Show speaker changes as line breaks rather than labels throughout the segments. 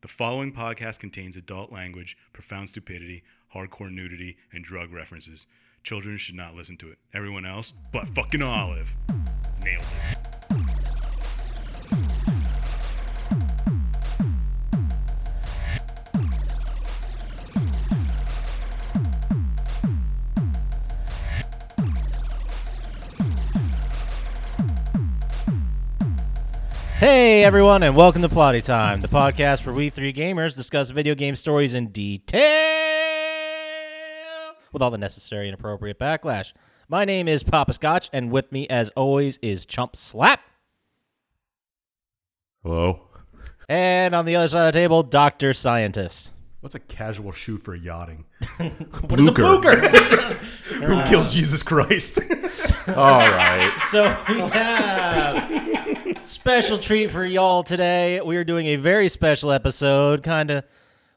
The following podcast contains adult language, profound stupidity, hardcore nudity, and drug references. Children should not listen to it. Everyone else, but fucking Olive. Nailed it.
Hey everyone, and welcome to Plotty Time, the podcast where we three gamers discuss video game stories in detail with all the necessary and appropriate backlash. My name is Papa Scotch, and with me, as always, is Chump Slap,
Hello.
and on the other side of the table, Doctor Scientist.
What's a casual shoe for yachting?
What is a booker?
Who killed Jesus Christ?
All right.
so we have special treat for y'all today. We are doing a very special episode, kind of.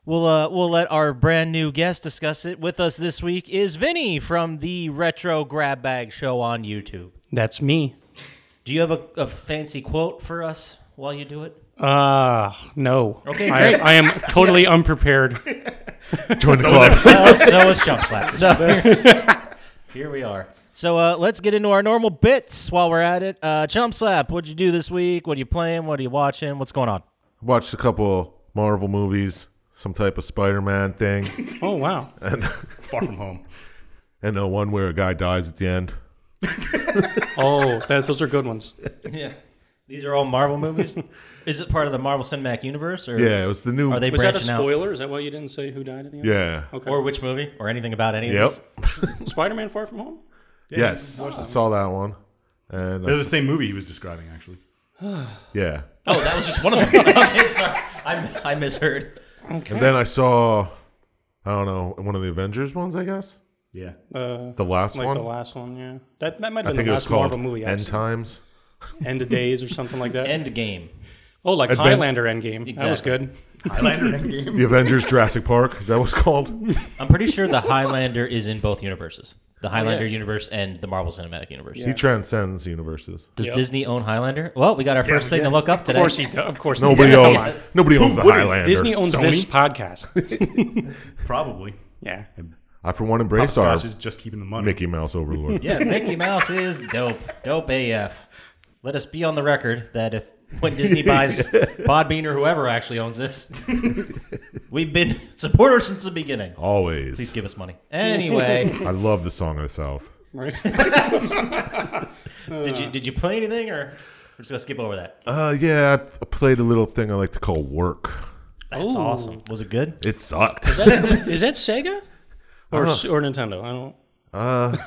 We'll uh, we'll let our brand new guest discuss it with us this week. Is Vinny from the Retro Grab Bag Show on YouTube?
That's me.
Do you have a, a fancy quote for us while you do it?
Uh, no.
Okay,
I,
great.
I am totally unprepared.
Join the club.
Oh, so was Chump Slap. So here we are. So uh, let's get into our normal bits while we're at it. Uh, Chump Slap, what'd you do this week? What are you playing? What are you watching? What's going on?
watched a couple Marvel movies, some type of Spider-Man thing,
Oh, wow.
Far from home.
and the one where a guy dies at the end.
Oh, that, those are good ones.
Yeah. These are all Marvel movies. Is it part of the Marvel Cinematic Universe, or
Yeah, it was the new.
are they
Was that a
branching out,
spoiler? Is that why you didn't say who died in the end?
Yeah.
Okay.
or which movie, or anything about any
Yep.
of these?
Spider Man Far From Home?
Yes, I saw that one. And I
They're the
s-
same movie he was describing, actually.
yeah,
Oh, that was just one of them. okay, sorry, I, I misheard.
and then I saw, I don't know, one of the Avengers ones, I guess.
Yeah.
Uh,
The last
like
one.
the last one, yeah. That, that might
I
have been
think
the
it was
last
called
Marvel movie I've
End
seen.
Times.
End of Days or something like that.
End game.
oh, like
Advent-
Highlander Endgame. That was
Exactly.
good.
Highlander Endgame.
The Avengers Jurassic Park. Is that what's called?
I'm pretty sure the Highlander is in both universes, the
Oh,
Highlander universe and the Marvel Cinematic Universe.
He transcends universes.
Does Disney own Highlander? Well, we got our first thing to look up today.
Of course, he, do- of course he
Nobody
did.
owns.
Come on.
Nobody owns the
wouldn't?
Highlander.
Disney owns
Sony?
this podcast.
Probably.
yeah.
I for one
Papa
embrace our
Scotch is just keeping the money.
Mickey Mouse overlord.
Yeah, Mickey Mouse is dope. Dope AF. Let us be on the record that if when Disney buys Podbean or whoever actually owns this, we've been supporters since the beginning.
Always.
Please give us money. Anyway,
I love the song of the South.
Right.
did you did you play anything or we're just gonna skip over that?
Uh, yeah, I p- played a little thing I like to call work.
That's awesome. Was it good?
It sucked.
Is that Sega? Or, s- or Nintendo? I don't.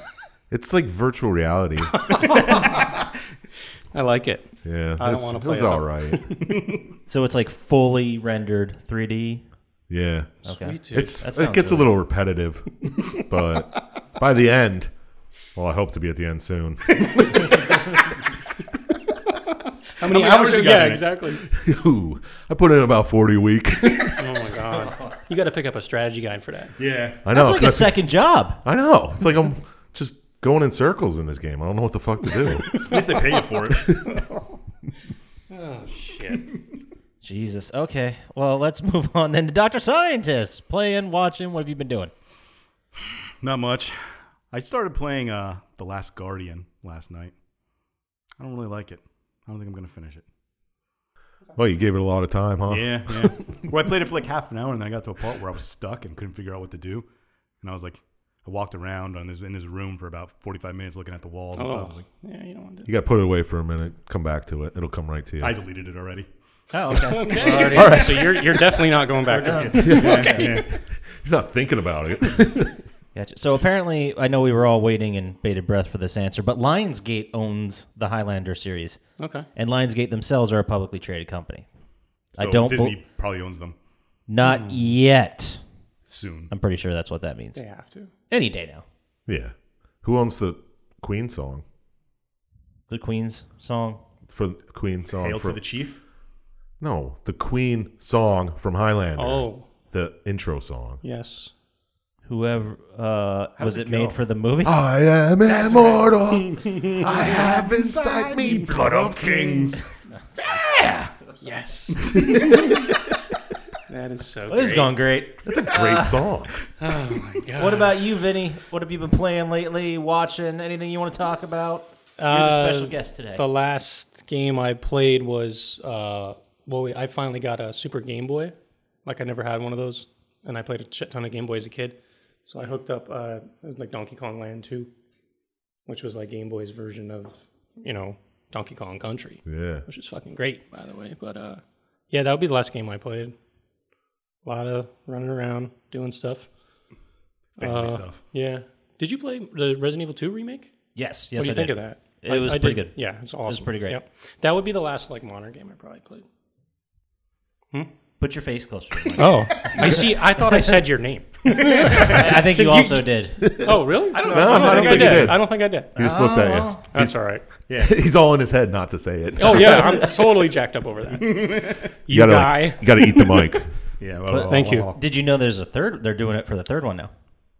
it's like virtual reality.
I like it.
Yeah,
I don't
it's-
wanna
It was
play it,
all
though.
right.
So it's like fully rendered 3D.
Yeah,
Okay.
it's
That
it
sounds
gets
good.
a little repetitive, but by the end, well, I hope to be at the end soon.
How many,
hours you
did-
got
Yeah,
in it?
exactly.
Ooh, I put in about forty a week.
Oh my god! You got to pick up a strategy guide for that.
Yeah.
I know.
That's like
'cause I
a second job.
fe- I know. It's like I'm just going in circles in this game. I don't know what the fuck to do.
At least they pay you for it.
Jesus. Okay. Well, let's move on then to Dr. Scientist. Playing, watching, what have you been doing?
Not much. I started playing uh, The Last Guardian last night. I don't really like it. I don't think I'm going to finish it.
well, you gave it a lot of time, huh?
Yeah, yeah. well, I played it for like half an hour, and then I got to a part where I was stuck and couldn't figure out what to do. And I was like, I walked around on this in this room for about 45 minutes looking at the walls and stuff. I, was
Oh,
like,
yeah, you don't want to.
You got to put it away for a minute. Come back to it. It'll come right to you.
I deleted it already.
Oh, okay.
Okay. All right. So you're you're definitely not going back. to it.
He's not thinking about it.
Gotcha. So apparently, I know we were all waiting in bated breath for this answer, but Lionsgate owns the Highlander series,
Okay.
and Lionsgate themselves are a publicly traded company. I
So
don't bel-
Disney probably owns them
Not
Hmm.
yet.
soon.
I'm pretty sure that's what that means.
They have to.
Any day now.
Yeah. Who owns the Queen song?
The Queen's song.
For the Queen song
Hail
for
to the chief.
No, the Queen song from Highlander.
Oh
The intro song.
yes.
Whoever uh, was
does
it
it
made
go?
for the movie?
Oh,
I am immortal. I have inside me blood of kings.
Yes. is so
Well, this has
great.
gone great.
That's a great song.
Oh my god.
What about you, Vinny? What have you been playing lately? Watching anything you want to talk about? You're the special
Uh,
guest today.
The last game I played was uh, well, we, I finally got a Super Game Boy. Like I never had one of those, and I played a shit ton of Game Boy as a kid. So I hooked up uh, it was like Donkey Kong Land Two, which was like Game Boy's version of you know Donkey Kong Country,
Yeah.
which is fucking great by the way. But uh, yeah, that would be the last game I played. A lot of running around doing stuff.
Family
Uh,
stuff.
Yeah. Did you play the Resident Evil Two remake?
yes, yes,
What do you
I
think
did.
of that?
It was pretty good.
Yeah, it's awesome. It was
pretty great.
That would be the last like modern game I probably played.
Put your face closer. to the mic.
Oh, I see. I thought I said your name.
I, I think you also did.
Oh, really? I don't,
No, I don't think you did.
I don't think I did.
He just looked at you.
That's all right.
He's all in his head not to say it.
Oh yeah, I'm totally jacked up over that. You,
you gotta,
guy.
like, you gotta eat the mic.
Yeah. well,
thank
well,
you.
well,
Did you know there's a third? They're doing it for the third one now.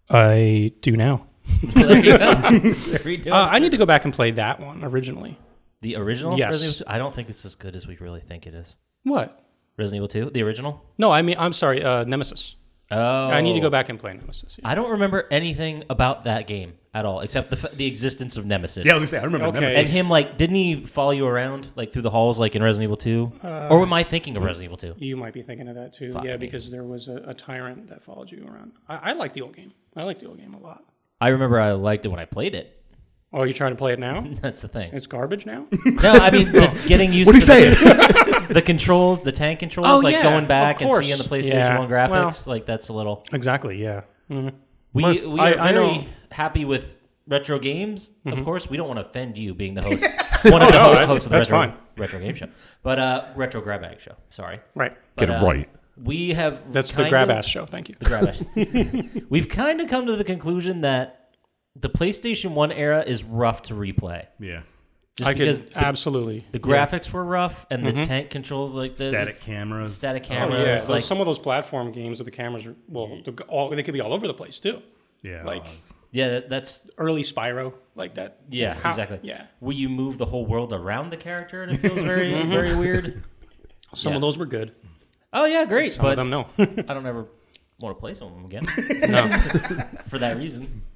I do now.
there you go. There you go.
Uh, I need to go back and play that one originally.
the original.
yes.
Resident Evil 2? I don't think it's as good as we really think it is.
What?
Resident Evil Two, the original.
No, I mean I'm sorry. Uh, Nemesis.
Oh,
I need to go back and play Nemesis.
I don't remember anything about that game at all, except the f- the existence of Nemesis.
Yeah, I was gonna say I remember
Okay.
Nemesis.
and him like didn't he follow you around like through the halls like in Resident Evil Two?
Uh,
or am I thinking of Resident Evil Two?
You might be thinking of that too.
Fuck
yeah,
me.
because there was a, a tyrant that followed you around. I, I like the old game. I like the old game a lot.
I remember I liked it when I played it.
Oh, are you trying to play it now?
That's the thing.
It's garbage now.
No, I mean the- getting used.
What are you
to the-
saying?
the controls, the tank controls,
Oh,
like
yeah,
going
of
back and
course.
seeing the PlayStation
Yeah.
One graphics,
Well-
like that's a little.
exactly. Yeah.
We
My-
we
I-
are
I
very
know- Mm-hmm.
happy with retro games. Of course, we don't want to offend you being the host, one of the ho-
Oh, that-
hosts of the
that's
retro,
fine.
retro game show, but uh, retro grab bag show. Sorry,
Right.
Get it
uh,
right.
we have
That's the
kind
grab
of-
ass show. Thank you.
the grab ass. We've kind of come to the conclusion that the PlayStation One era is rough to replay,
yeah.
just
I
because
could Mm-hmm. absolutely.
the graphics were rough and the tank controls like this
Static cameras.
static
Oh,
cameras,
yeah. Those-
like
some of those platform games where the cameras are, well, the, all, they could be all over the place too.
Yeah.
Oh.
Like-
yeah, that, that's
Early Spyro, like that.
Yeah,
How-
exactly.
Yeah.
Where you move the whole world around the character and it feels very very weird.
Some
Yeah.
of those were good.
Mm-hmm. Oh yeah, great.
Some
but
of them, no.
I don't ever want to play some of them again
no.
for that reason.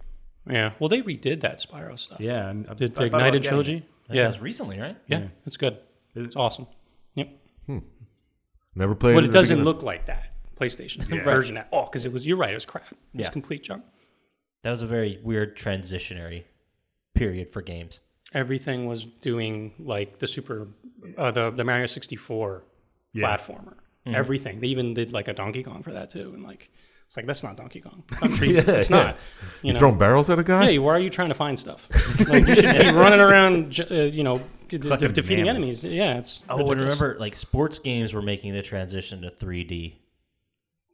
Yeah. Well, they redid that Spyro stuff.
yeah. And I-
Did
I
the
thought about
Ignited
getting
trilogy?
That
Yeah.
was recently, right?
Yeah. It's good.
Is it-
It's awesome. Yep.
Never played
But
at
it
the
doesn't
beginning.
look like that PlayStation version at all because it was. You're right. It was crap. It was
Yeah.
complete junk.
That was a very weird transitionary period for games.
everything was doing like the super uh, the the Mario 64 platformer.
Mm-hmm.
Everything. They even did like a Donkey Kong for that too and like it's like that's not Donkey Kong. Country. it's
yeah.
not. You
You
know.
throwing barrels at a guy?
Hey, why are you trying to find stuff? like you should be running around j- uh, you know d- d-
Collecting
defeating
mammals.
enemies. Yeah, it's
Oh, and
ridiculous.
remember, like sports games were making the transition to 3D,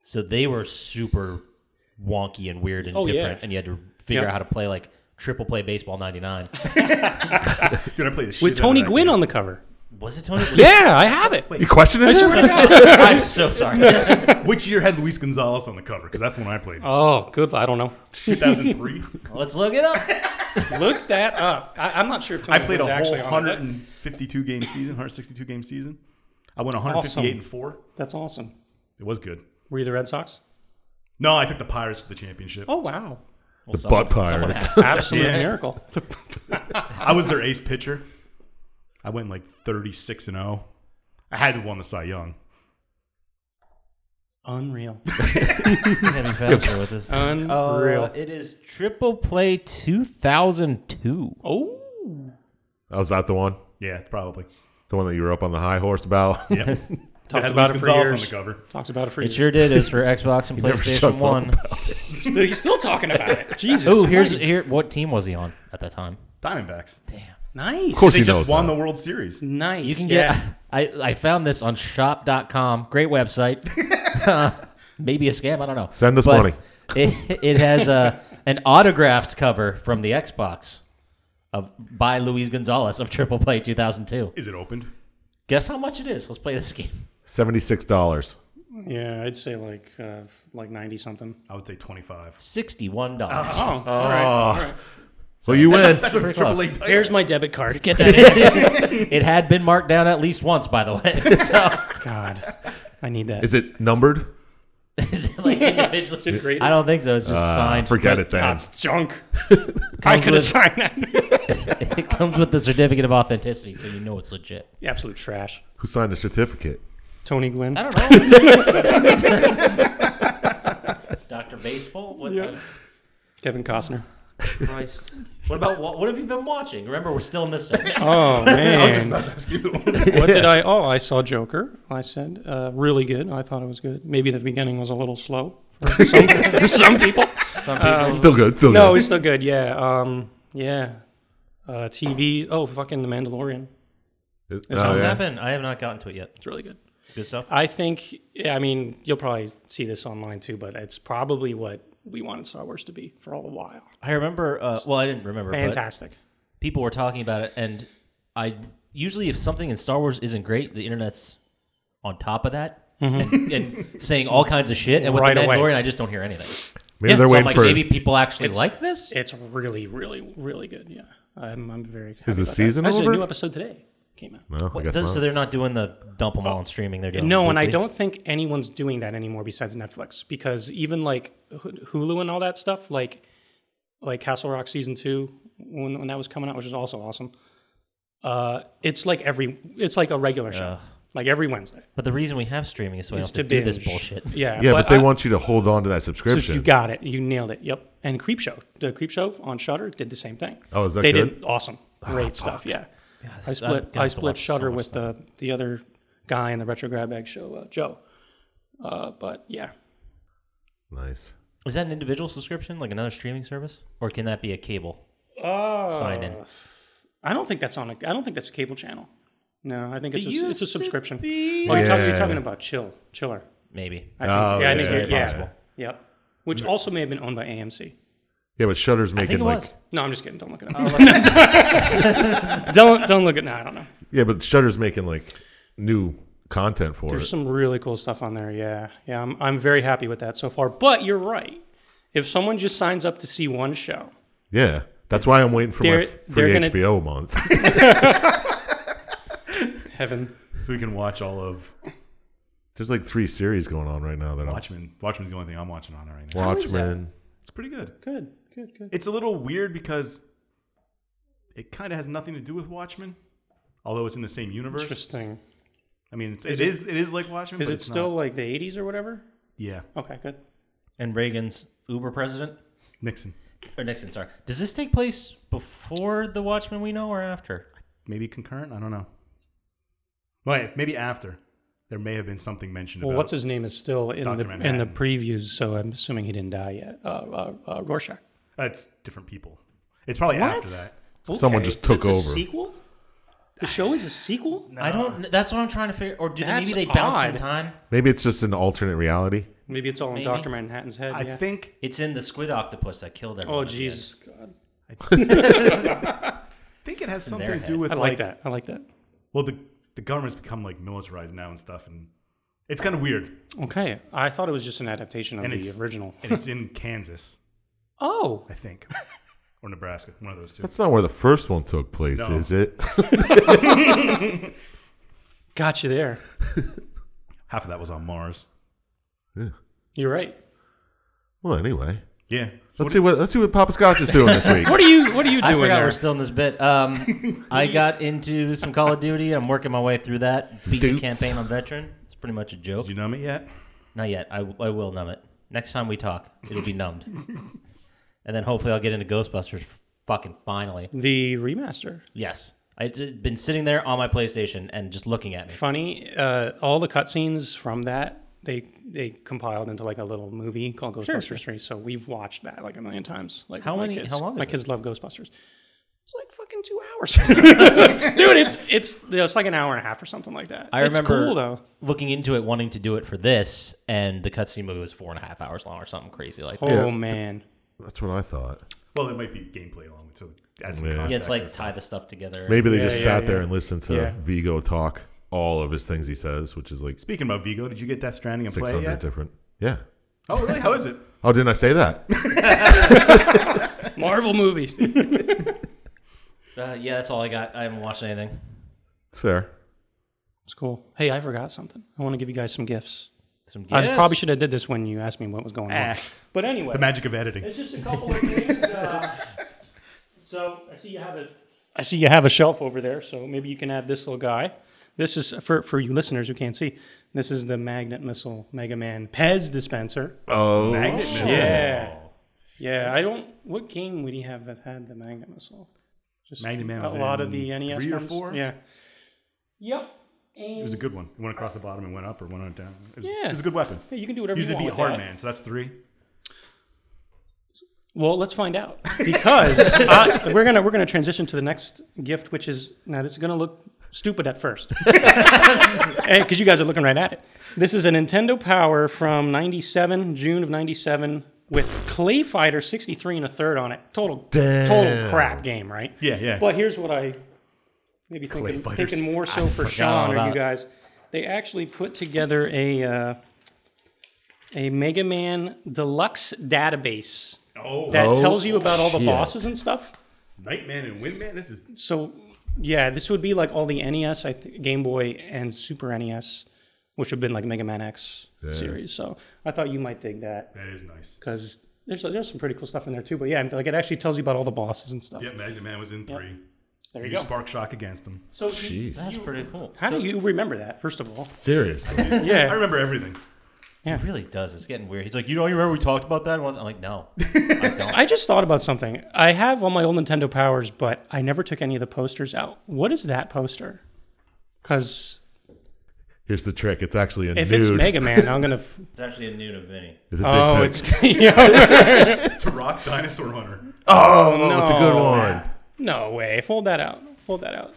so they were super wonky and weird and
Oh, yeah.
different, and you had to figure
Yeah.
out how to play like triple play baseball '99.
Dude, I played the shit
with
out of
Tony
that
Gwynn
game.
on the cover.
Was it Tony?
Yeah, I have it.
You questioning it?
I'm so sorry.
Which year had Luis Gonzalez on the cover? Because that's the one I played.
Oh, good. I don't know.
2003.
Let's look it up.
Look that up. I, I'm not sure if Tony
I played
Gwynn's
a whole
actually on it.
152 game season, 162 game season. I went 158
Awesome.
and four.
That's awesome.
It was good.
Were you the Red Sox?
No, I took the Pirates to the championship.
Oh wow.
The butt
Someone
pirates.
asked.
Absolute
Yeah.
miracle.
I was their ace pitcher. I went like 36 and 0. I had to have won the Cy Young.
Unreal.
Gotta be faster with this. Uh,
Unreal.
It is Triple Play 2002.
oh.
Oh, is that the one?
Yeah, probably.
The one that you were up on the high horse about?
Yeah.
Talked about it for years.
on the cover.
Talks about it for
It
years.
sure did. Is for Xbox and
never
PlayStation
shuts up
One.
Still, he's still talking about it. Jesus.
Oh, here's here. What team was he on at that time?
Diamondbacks.
nice.
Of course
They
he
just
knows
won
that.
the World Series.
Nice.
You can get. I, I found this on shop.com. Great website. Uh, Maybe a scam. I don't know.
Send us
But
money.
It, it has a, an autographed cover from the Xbox of by Luis Gonzalez of Triple Play 2002.
Is it opened?
Guess how much it is? Let's play this game.
$76.
Yeah, I'd say like uh, like ninety something.
I would say 25.
$61.
Oh, all right. All right.
So you win.
That's a
Pretty
triple
close.
A title.
Here's my debit card. Get that. in.
it had been marked down at least once, by the way. So,
God, I need that.
Is it numbered?
Is it like individually?
Is it great?
I don't think so. It's just
Uh,
signed.
forget
but
it then.
That's junk. I could have
with-
signed that.
It comes with the certificate of authenticity, so you know it's legit.
Absolute trash.
Who signed the certificate?
Tony Gwynn.
I don't know. Doctor Baseball. What,
Kevin Costner.
Christ. What about what, what have you been watching? Remember, we're still in this segment.
Oh man.
Excuse
what did I? Oh, I saw Joker. I said uh, really good. I thought it was good. Maybe the beginning was a little slow for some, for some people.
Some people.
Still good. Still
No,
good.
it's still good. Yeah. Um. Yeah. Uh, TV. Oh, fucking The Mandalorian.
Oh,
sounds
yeah.
happened? I have not gotten to it yet.
It's really good.
Good stuff.
I think. Yeah, I mean, you'll probably see this online too, but it's probably what we wanted Star Wars to be for a while.
I remember. Uh, well, I didn't remember. But
Fantastic.
people were talking about it, and I usually, if something in Star Wars isn't great, the internet's on top of that and, and saying all kinds of shit. And
Mm-hmm.
with
Right
the
away.
Mandalorian, I just don't hear anything.
Maybe
so
they're
I'm
waiting
like,
for.
maybe people actually
It's-
like this.
It's really, really, really good. Yeah. I'm. I'm very. Happy
Is the
about that.
season
Actually,
over?
a new episode today came out.
No, I
What-
guess
so-
not.
so they're not doing the dump them all on streaming. They're doing
No, and I
weekly?
don't think anyone's doing that anymore besides Netflix because even like H- Hulu and all that stuff, like like Castle Rock season two when, when that was coming out, which is also awesome. Uh, it's like every it's like a regular show, like every Wednesday.
But the reason we have streaming is so we don't
It's
have
to
to do this
binge.
bullshit.
Yeah,
yeah, but, they
I-
want you to hold on to that
so
subscription.
you got it, you nailed it. Yep, and Creep Show, the Creep Show on Shutter did the same thing.
Oh, is that
they
good?
did awesome, great stuff. Yeah, I
I'm
split
gonna
I
have to
split
watch so
Shutter
much
with the the other guy in the retro grab bag show, uh, Joe. Uh, but yeah,
nice.
Is that an individual subscription, like another streaming service, or can that be a cable sign in?
Uh, I don't think that's on. A, I don't think that's a cable channel. No, I think it's
It
a, it's
used
a
to
subscription. Oh,
be.
you're, talking, you're
Yeah.
talking about Chill Chiller.
Maybe.
I think.
Oh,
yeah, I
yeah,
think
yeah,
you're-
yeah.
yeah,
possible.
Yep. Which also may have been owned by AMC.
Yeah, but Shutter's
I
making
think it
like
was.
No, I'm just kidding. Don't look it
Oh,
up. don't don't look at. No, I don't know.
yeah, but Shutter's making like new content for
There's
it.
some really cool stuff on there. Yeah, yeah. I'm I'm very happy with that so far. But you're right. If someone just signs up to see one show,
yeah, that's why I'm waiting for
They're-
my f- free
they're gonna-
HBO month.
heaven.
So we can watch all of
There's like three series going on right now that I'm
Watchmen. Watchmen's the only thing I'm watching on it right now.
Watchmen.
It's pretty good.
Good, good, good.
It's a little weird because it kind of has nothing to do with Watchmen, although it's in the same universe.
Interesting.
I mean, it's, it is it is like Watchmen.
Is
but
it
it's
still
Not.
like the 80s or whatever?
Yeah,
Okay, good.
And Reagan's Uber president
Nixon.
or Nixon, sorry. Does this take place before the Watchmen we know or after?
Maybe concurrent. I don't know. Wait, maybe after. There may have been something mentioned
Well,
about.
what's his name is still in
Dr.
the in the
Manhattan.
Uh,
Uh,
Uh, Oh, Oh,
Um,
Oh,
uh, Oh, I
Oh,
Uh, Some gifts.
probably should have did this when you asked me what was going on.
Ah.
But anyway,
The magic of editing.
it's just a couple of things. Uh, so I see you have a. I see you have a shelf over there, so maybe you can add this little guy. This is for for you listeners who can't see. This is the magnet missile Mega Man Pez dispenser.
Oh,
Magnet missile.
Yeah. Yeah, I don't. What game would he have that had the magnet missile? Just
Magnet Man
a
was
lot
in
of the NES
three or
ones.
four?
Yeah. Yep. And
It was a good one. It went across the bottom and went up or went on down. It was,
Yeah.
it was a good weapon.
hey, you can do whatever
Used to
you want.
beat
with that.
Hardman, so that's three.
Well, let's find out because I, we're gonna we're gonna transition to the next gift, which is now this is gonna look stupid at first, because you guys are looking right at it. This is a Nintendo Power from '97, June of '97, with Clay Fighter 63 and a third on it. Total total
Damn.
crap game, right?
Yeah, yeah.
But here's what I maybe
Clay
thinking,
Fighters.
thinking more so for
all
Sean or you
about-
guys. They actually put together a uh, a Mega Man deluxe database
Oh,
that
Oh,
tells you about all the
shit.
bosses and stuff.
Nightman and Windman. This is
So yeah, this would be like all the NES, I th- Game Boy, and Super NES, which have been like Mega Man X series. So I thought you might dig that
that is nice.
because there's there's some pretty cool stuff in there too. But yeah, like it actually tells you about all the bosses and stuff.
Yeah, Magnet Man was in three.
There you
Use
go.
Spark Shock against him.
So you-
jeez.
That's pretty cool.
how do you remember that? First of all,
Seriously.
I
yeah,
remember everything.
It really does. It's getting weird. He's like, you don't remember we talked about that? one?" I'm like, no.
I just thought about something. I have all my old Nintendo powers, but I never took any of the posters out. What is that poster? Because
Here's the trick. It's actually a
if
nude.
it's Mega Man, I'm gonna.
It's actually a nude of Vinny.
It's a dick
oh,
pic.
it's yeah,
To rock Dinosaur Hunter.
oh, it's a good
no.
one.
No way. Fold that out. Fold that out.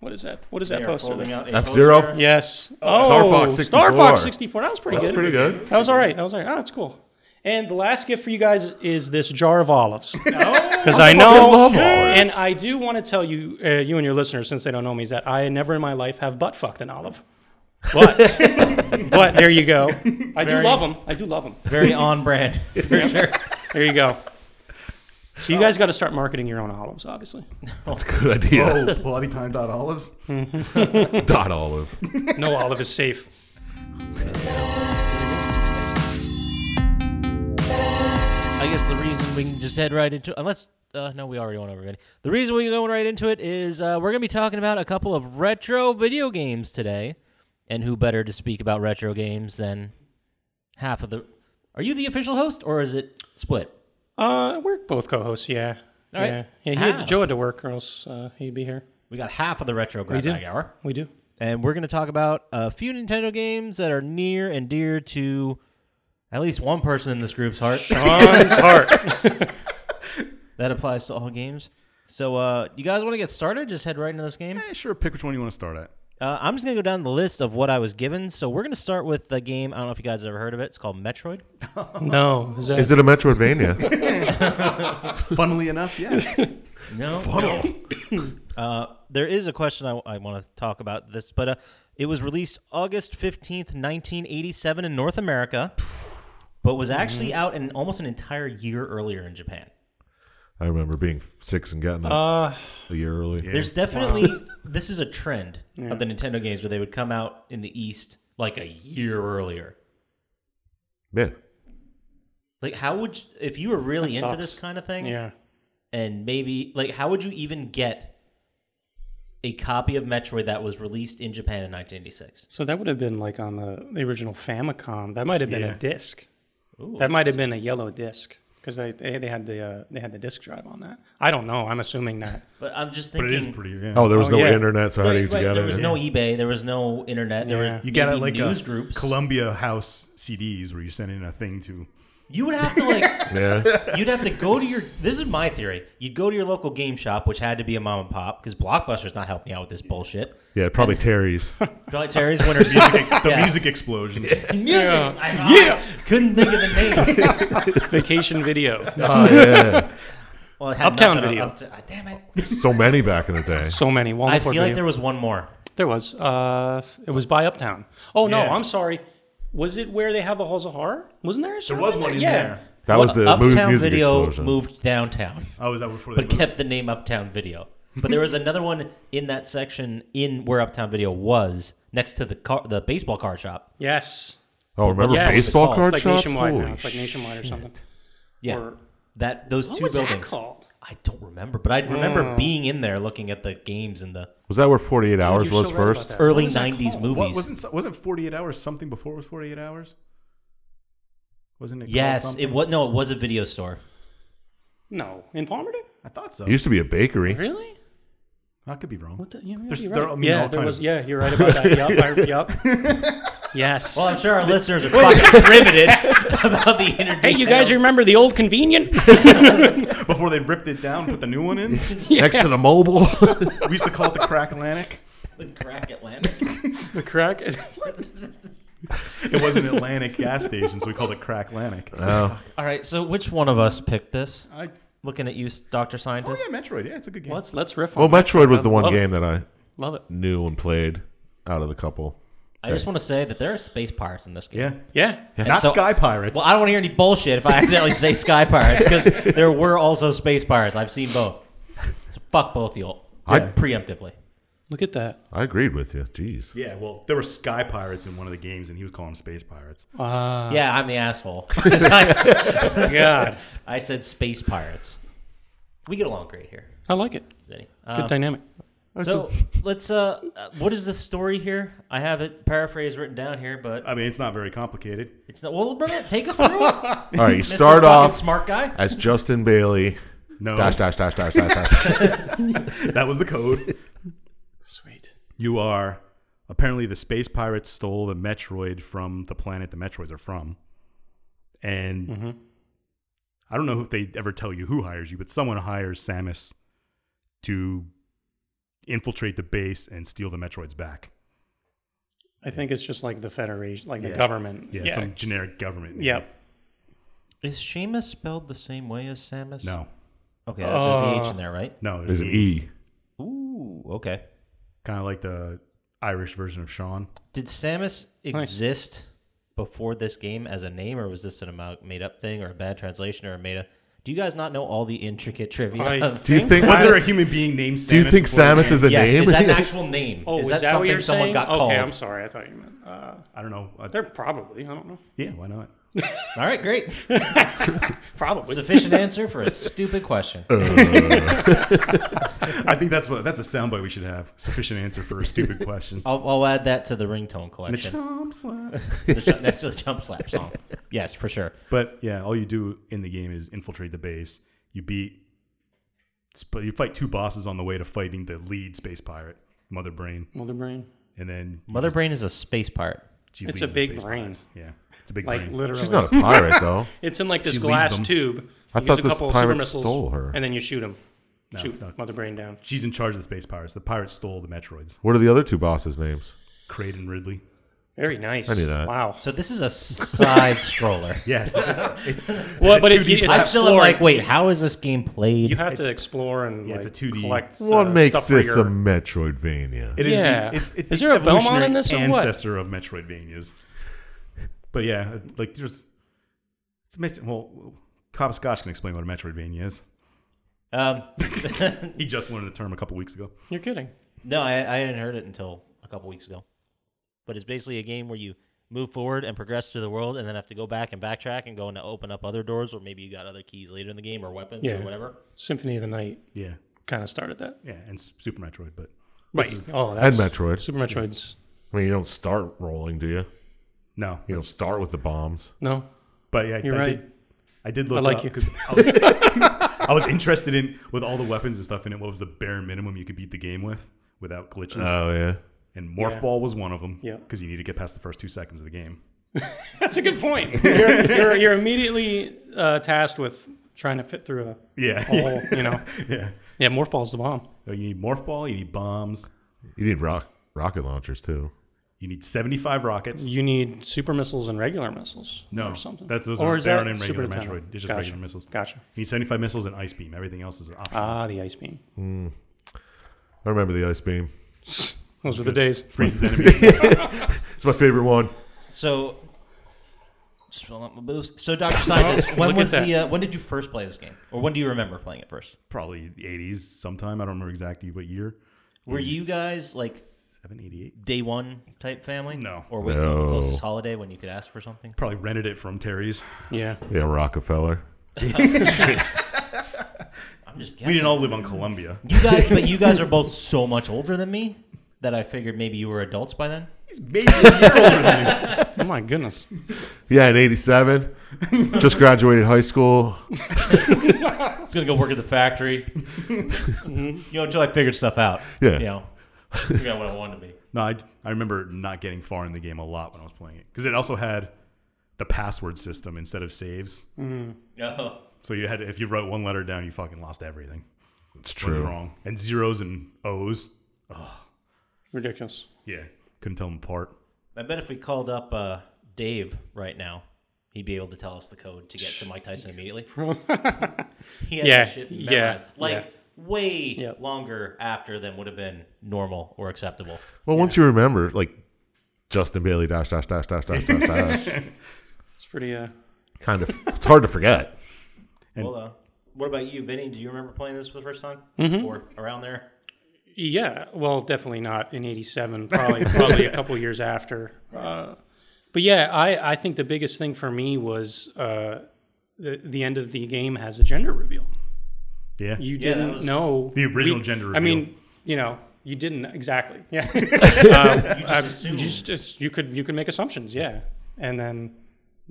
What is that? What is that
They are
poster?
folding out a
F-Zero?
poster.
Yes. Oh,
Star Fox
Star Fox 64.
64.
That was pretty
That's
good.
pretty good.
That was all right. That was all right. Oh, that's cool. And the last gift for you guys is this jar of olives. Oh, Because I know,
love
and I do want to tell you, uh, you and your listeners, since they don't know me, is that I never in my life have butt fucked an olive. But, but there you go. I do love them. I do love them.
Very on brand. For sure.
There you go. So you guys got to start marketing your own olives, obviously.
That's a good idea.
Oh, bloody time dot olives.
Dot olive.
No olive is safe.
I guess the reason we can just head right into unless uh, no, we already went over it. The reason we're going right into it is uh, we're going to be talking about a couple of retro video games today, and who better to speak about retro games than half of the? Are you the official host or is it split?
Uh, we're both co-hosts. Yeah.
All right. Ah.
Yeah. Yeah. He had,
How?
Joe had to work, or else uh, he'd be here.
We got half of the retro grab
do.
bag hour,
We do.
and we're going to talk about a few Nintendo games that are near and dear to at least one person in this group's heart.
Sean's heart.
that applies to all games. So, uh, you guys want to get started? Just head right into this game.
Eh, sure, pick which one you want to start at.
Uh, I'm just gonna go down the list of what I was given. So we're gonna start with the game. I don't know if you guys have ever heard of it. It's called Metroid.
Uh-huh.
No. Is that,
Is it a Metroidvania?
Funnily enough, yes.
No.
Funnel.
Uh, there is a question I, want to talk about this, but uh, it was released August 15th, 1987 in North America, but was actually
Mm-hmm.
out in almost an entire year earlier in Japan.
I remember being six and getting it
Uh,
a year early.
There's definitely this is a trend of the Nintendo games where they would come out in the East like a year earlier.
Man,
Like, how would you, if you were really
That
into
sucks.
this kind of thing?
yeah.
and maybe like how would you even get a copy of Metroid that was released in Japan in 1986?
So that would have been like on the, the original Famicom. That might have been
Yeah.
a disc. That might have been a yellow disc because they, they they had the uh, they had the disc drive on that. I don't know. I'm assuming that.
But I'm just
but
thinking
it is pretty, yeah.
oh, there was
Oh,
no
yeah.
internet, so how do you
Right, right,
get
there
it?
was no eBay, there was no internet, there
Yeah.
were
You got it
maybe
like
news
a
groups.
Columbia House CDs where you send in a thing to.
you would have to like
yeah.
you'd have to go to your this is my theory. You'd go to your local game shop which had to be a mom and pop cuz Blockbuster's not helping out with this bullshit.
Yeah, probably Terry's. Oh,
Dolly Terry's Winter's
The
Yeah.
music explosions.
Music. I, yeah. couldn't think of the name.
Vacation video.
Oh, yeah.
Well, it had
Uptown
nothing on
Video.
Upto- ah, damn it.
So many back in the day.
So many.
I
Walnut
feel
Fork
like
video.
there was one more.
There was. Uh, it was by Uptown. Oh no,
Yeah.
I'm sorry. Was it where they have the halls of horror? Wasn't there?
There was one in
yeah.
there.
That was the mu-
Uh, Uptown
music
Video
explosion.
moved downtown,
Oh, was that before they
but
moved?
kept the name Uptown Video. But there was another one in that section in where Uptown Video was, next to the car, the baseball card shop.
Yes.
Oh, remember
Yeah, it's-
baseball
it's
card
it's like
shops?
nationwide
Holy
now. It's like nationwide or something.
Yeah,
Or,
that those
what
two
was that
buildings.
called?
I don't remember, but I remember
Oh.
being in there looking at the games in the
Was that where 48 Hours
you're
was
so right about
first?
that.
early
was that
'90s
called?
movies.
What, wasn't so- wasn't 48 hours something before it was 48 hours? Wasn't it? called
yes,
something?
it was. No, it was a video store.
No, in Palmerton?
I thought so.
It used to be a bakery.
Really?
I could be wrong.
What the, you might
There's-
be
there- I
right.
mean, all
yeah, there
kind
was.
of-
Yeah, you're right about that. Yup. I- Yup. yes.
Well, I'm sure our listeners are fucking riveted about the internet.
hey, you guys remember the old convenient?
Before they ripped it down, put the new one in. we
Next to the mobile.
used to call it the Crack Atlantic.
Crack Atlantic.
the crack.
It was an Atlantic gas station, so we called it Crack Atlantic.
oh.
All right, so which one of us picked this?
I,
Looking at you, Doctor
oh
Scientist.
yeah, Metroid. Yeah, it's a good game.
Let's let's riff on.
Well,
that.
Metroid was the one
Love it.
game that I
Love it.
knew and played out of the couple.
I just want to say that there are space pirates in this game.
Yeah,
Yeah.
not
so-
Sky Pirates.
Well, I don't want to hear any bullshit if I accidentally say sky pirates because there were also space pirates. I've seen both. So fuck both of you all.
I-
preemptively.
Look at that.
I agreed with you. Jeez.
yeah, well, there were Sky Pirates in one of the games, and he was calling them Space Pirates.
Ah,
Yeah, I'm the asshole. I,
God.
said space pirates. We get along great here.
I like it.
Vinny.
Good
Um,
dynamic.
so let's. Uh, uh, what is the story here? I have it paraphrased written down here, but
I mean, it's not very complicated.
it's not. Well, bring it. Take us through it.
All right, you
Mr.
start
fucking
off
smart guy.
as Justin Bailey.
No,
Dash, dash, dash, dash, dash, dash.
that was the code.
Sweet.
You are apparently the space pirates stole the Metroid from the planet the Metroids are from, and
Mm-hmm.
I don't know if they ever tell you who hires you, but someone hires Samus to infiltrate the base and steal the Metroids back.
I think it's just like the federation, like
Yeah.
the government.
Yeah,
Yeah.
some generic government. name.
Yep.
Is Seamus spelled the same way as Samus?
No,
Okay, there's the H
Uh,
in there, right?
no, there's
There's an E.
Ooh, okay.
kind of like the Irish version of Sean.
Did Samus exist before this game as a name, or was this an amou- made-up thing, or a bad translation, or a made-up? Do you guys not know all the intricate trivia?
I
of-
Do you think?
Was there a human being named Samus?
do you think
before his
Samus
name?
is a
yes,
name?
is that an actual name?
Oh, is,
that,
what
something
you're
someone
saying?
got
okay,
called?
I'm sorry. I thought you meant. Uh,
I don't know. Uh,
they're probably. I don't know.
yeah, why not?
All right, great.
Probably.
Sufficient answer for a stupid question.
I think that's what that's a soundbite we should have. Sufficient answer for a stupid question.
I'll, I'll add that to the ringtone collection.
Chomp slap.
The ju- next to the jump slap song. Yes, for sure.
But yeah, all you do in the game is infiltrate the base. You beat, sp- you fight two bosses on the way to fighting the lead space pirate, Mother Brain,
Mother brain.
and then
Mother Brain is a space pirate.
she
It's
leads
a
the
big
space
brain.
pirates. Yeah, it's a big
Like
brain.
literally.
She's not a pirate though.
It's in like
She
this
leads
glass
them.
tube.
I
You
thought
use
this
a couple of
pirate
super missiles,
stole her.
And then you shoot him. shoot
no.
Mother Brain down.
She's in charge of the space pirates. The pirates stole the Metroids.
What are the other two bosses' names?
Kraid and Ridley.
Very nice.
I knew that.
Wow.
So this is a side scroller.
Yes, that's a,
Well, but
a
it,
2D
it's
I still am
exploring.
like, wait, how is this game played?
You have to explore and
Yeah,
like,
it's a 2D.
collect.
What
uh,
makes
stuff for
this
your-
a Metroidvania?
it is.
Yeah.
The, it's, it's
Is
the
there a Belmont in
evolutionary
this or what?
ancestor of Metroidvanias? But yeah, like there's, it's Met- well, Cobb Scotch can explain what a Metroidvania is.
um,
He just learned the term a couple weeks ago.
You're kidding.
No, I, I hadn't heard it until a couple weeks ago. But it's basically a game where you move forward and progress through the world, and then have to go back and backtrack and go and open up other doors, or maybe you got other keys later in the game or weapons
Yeah.
or whatever.
Symphony of the Night
Yeah,
kind of started that.
yeah, and S- Super Metroid, but
Right. oh,
And
that's
Metroid.
Super Metroid's.
I mean, you don't start rolling, do you?
no,
You don't start with the bombs.
No.
But yeah,
You're
I
right.
did. I did look
I like
up
you.
'cause I was, I was interested in with all the weapons and stuff in it. What was the bare minimum you could beat the game with without glitches?
Oh yeah.
and morph ball was one of them.
Uh, Yeah.
because you need to get past the first two seconds of the game.
That's a good point. You're, you're, you're immediately uh, tasked with trying to fit through a,
Yeah,
a hole, you know?
yeah.
Yeah, Morph Ball's the bomb.
So you need morph ball. You need bombs.
You need rock rocket launchers too.
You need seventy-five rockets.
You need super missiles and regular missiles.
No,
or something.
that- those
or
aren't-
is
they
that
aren't in regular
Super Nintendo?
Metroid. It's just
Gotcha.
regular missiles.
Gotcha.
You need seventy-five missiles and ice beam. Everything else is an option.
Ah, the ice beam.
I remember the ice beam.
Those were the days.
Freezes enemies. yeah,
It's my favorite one.
So, just filling up my boost. So, Doctor Scientist,
look
when
at
was
that.
the uh, when did you first play this game, or when do you remember playing it first?
probably the eighties sometime. I don't remember exactly what year.
Were you guys like
seven, eighty eight.
Day one type family?
No.
Or wait till the
No.
closest holiday when you could ask for something?
Probably rented it from Terry's.
Yeah.
Yeah, Rockefeller.
I'm just
We
guessing.
didn't all live on Columbia.
You guys, but you guys are both so much older than me that I figured maybe you were adults by then.
He's maybe a year older than me.
Oh my goodness.
Yeah, in '87, just graduated high school.
I was gonna go work at the factory. You know, until I figured stuff out.
Yeah.
You know, figure out what I wanted to be.
No, I, I remember not getting far in the game a lot when I was playing it because it also had the password system instead of saves.
Mm.
No.
So you had if you wrote one letter down, you fucking lost everything. Was
It's true.
wrong and zeros and O's.
Ridiculous.
Yeah, couldn't tell them apart.
I bet if we called up uh, Dave right now, he'd be able to tell us the code to get to Mike Tyson immediately. he had
Yeah,
that shit
yeah,
memorized. like way
Yep.
longer after than would have been normal or acceptable.
Well, once you remember, like Justin Bailey dash dash dash dash dash dash dash,
It's pretty. Uh,
kind of. It's hard to forget.
well, uh, what about you, Vinny? Do you remember playing this for the first time
Mm-hmm.
or around there?
yeah. Well, definitely not in '87. Probably, probably a couple years after. Uh, but yeah, I, I think the biggest thing for me was uh, the the end of the game has a gender reveal.
Yeah,
You
Yeah, that
didn't
was-
know
The original gender
I
reveal.
mean, you know, you didn't exactly. Yeah.
You just
you
assumed.
just it's- you could you could make assumptions, yeah. And then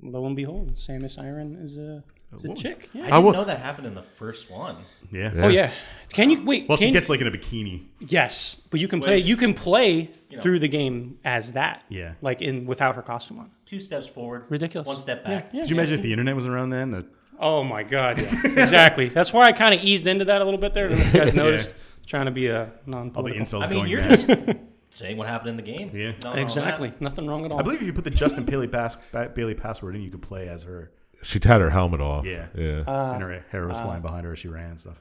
lo and behold, Samus Iron is a, is a chick.
I
Yeah.
didn't
wa-
know that happened in the first one.
yeah.
Oh yeah. Can you wait?
Well,
can
she gets like in a bikini.
yes, but you can play.
Which-
You can play
know.
through the game as that.
Yeah.
Like in without her costume on.
Two steps forward,
Ridiculous.
One step
Yeah,
back.
yeah,
Could you
yeah.
imagine if the internet was around then? The,
Oh my god. Yeah. exactly. That's why I kind of eased into that a little bit there. If you guys noticed trying to be a
all the
non-political.
incels
I mean,
going
you're
back.
just saying what happened in the game.
Yeah.
Nothing wrong with
exactly.
that.
Nothing wrong at all.
I believe if you put the Justin Bailey, pass, ba- Bailey password in, you could play as her
She had her helmet off.
Yeah.
Yeah.
and her hair was flying behind her as she ran and stuff.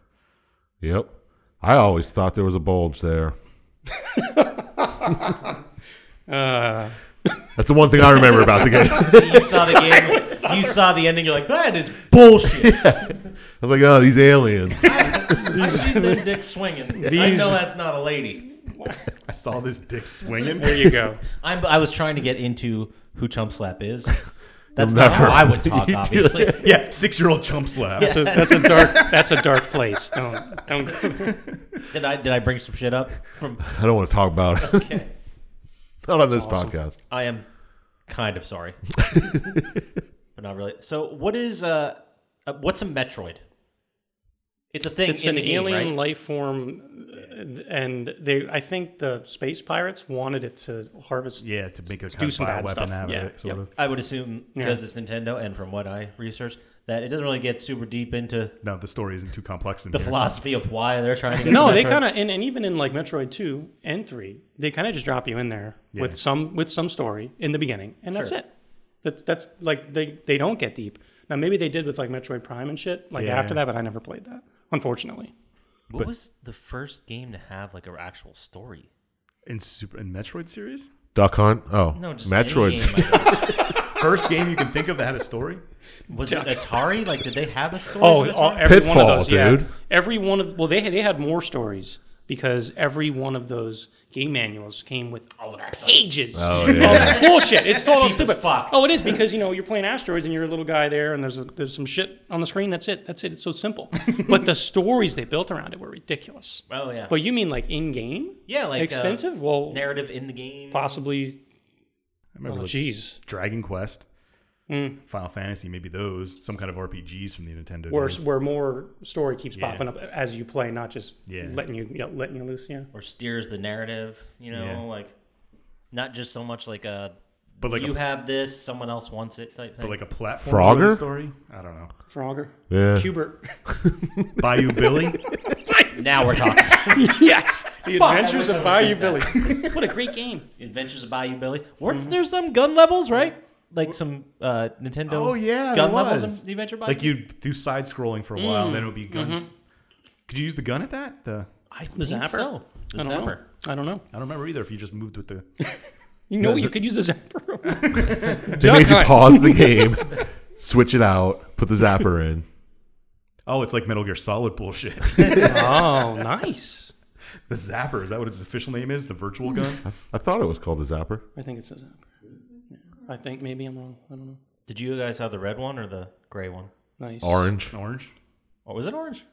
yep. I always thought there was a bulge there.
uh,
That's the one thing I remember about the game. I
You saw the game. you saw the ending. You're like, that is bullshit.
was like, oh, these aliens.
I see them dick swinging. I
These-
know that's not a lady.
I saw this dick swinging.
there you go.
I'm, I was trying to get into who Chump Slap is. That's
You'll
not how
never-
I would talk,
You do
obviously.
yeah, six year old chump slap.
So that's a dark. That's a dark place. Don't don't.
Did I did I bring some shit up? From
I don't want to talk about it.
okay.
Not on this podcast.
I am kind of sorry, but not really. So, what is uh, uh what's a Metroid? It's a thing
It's
in
an
the game,
alien
right?
life form, uh, and they. I think the space pirates wanted it to harvest.
Yeah, to make a
do
kind of
some bad
bioweapon
stuff.
out
Yeah,
of it, sort
yep.
of.
I would assume because it's Nintendo, and from what I researched, that it doesn't really get super deep into
No, the story isn't too complex in
the
here.
philosophy of why they're trying to. Get
No,
to
they
Metroid.
kind of and, and even in like Metroid two and three, they kind of just drop you in there
Yeah.
with some with some story in the beginning, and that's
Sure.
it. That, that's like they they don't get deep. Now maybe they did with like Metroid Prime and shit like
Yeah.
after that, but I never played that unfortunately.
What was the first game to have like an actual story?
In, super, in Metroid series?
Duck Hunt. Oh,
No, just any
Metroid.
game, I guess.
First game you can think of that had a story?
was it Atari? Like, did they have a story?
Oh,
for
all,
Atari?
every one
Pitfall,
of those, yeah.
dude.
Every one of well, they had- they had more stories because every one of those game manuals came with pages
Oh, yeah.
of bullshit. It's total
Cheap as
stupid.
fuck.
Oh, it is because you know you're playing asteroids and you're a little guy there, and there's a, there's some shit on the screen. That's it. That's it. It's so simple. but the stories they built around it were ridiculous.
Oh, yeah.
But you mean like in game?
yeah, like uh,
expensive. well,
narrative in the game.
possibly.
I remember
Oh,
those
jeez.
Dragon Quest, Final Fantasy, maybe those, some kind of RPGs from the Nintendo.
Where,
days.
where more story keeps
Yeah.
popping up as you play, not just
Yeah.
letting you, you know, letting you loose. Yeah.
or steers the narrative. You know,
Yeah.
like not just so much like a
But like
you
a,
have this, someone else wants it type
but
thing.
like a platform
Frogger?
story. I don't know.
Frogger.
Yeah.
Hubert.
Bayou Billy.
now we're talking
yes, The Adventures
I wish
of
I
Bayou
would've
Billy. what a great game!
Adventures of Bayou Billy. Weren't
Mm-hmm.
there some gun levels right? Like some uh, Nintendo.
Oh yeah,
gun
there
levels
was.
in the Adventure Bayou.
Like you'd do side scrolling for a while, and then it would be
Mm,
guns.
mm-hmm.
Could you use the gun at that? The
I think
zapper?
so. The
I don't know.
zapper.
I don't know.
I don't remember either. If you just moved with the
You know, you could use a zapper.
They made you
Hunt.
pause the game, switch it out, put the zapper in.
oh, it's like Metal Gear Solid bullshit.
oh, nice.
The Zapper is that what its official name is? The virtual gun.
I thought it was called the Zapper.
I think it says Zapper. Yeah. I think maybe I'm wrong. I don't know.
Did you guys have the red one or the gray one?
Nice.
Orange.
Orange.
Oh, was it orange?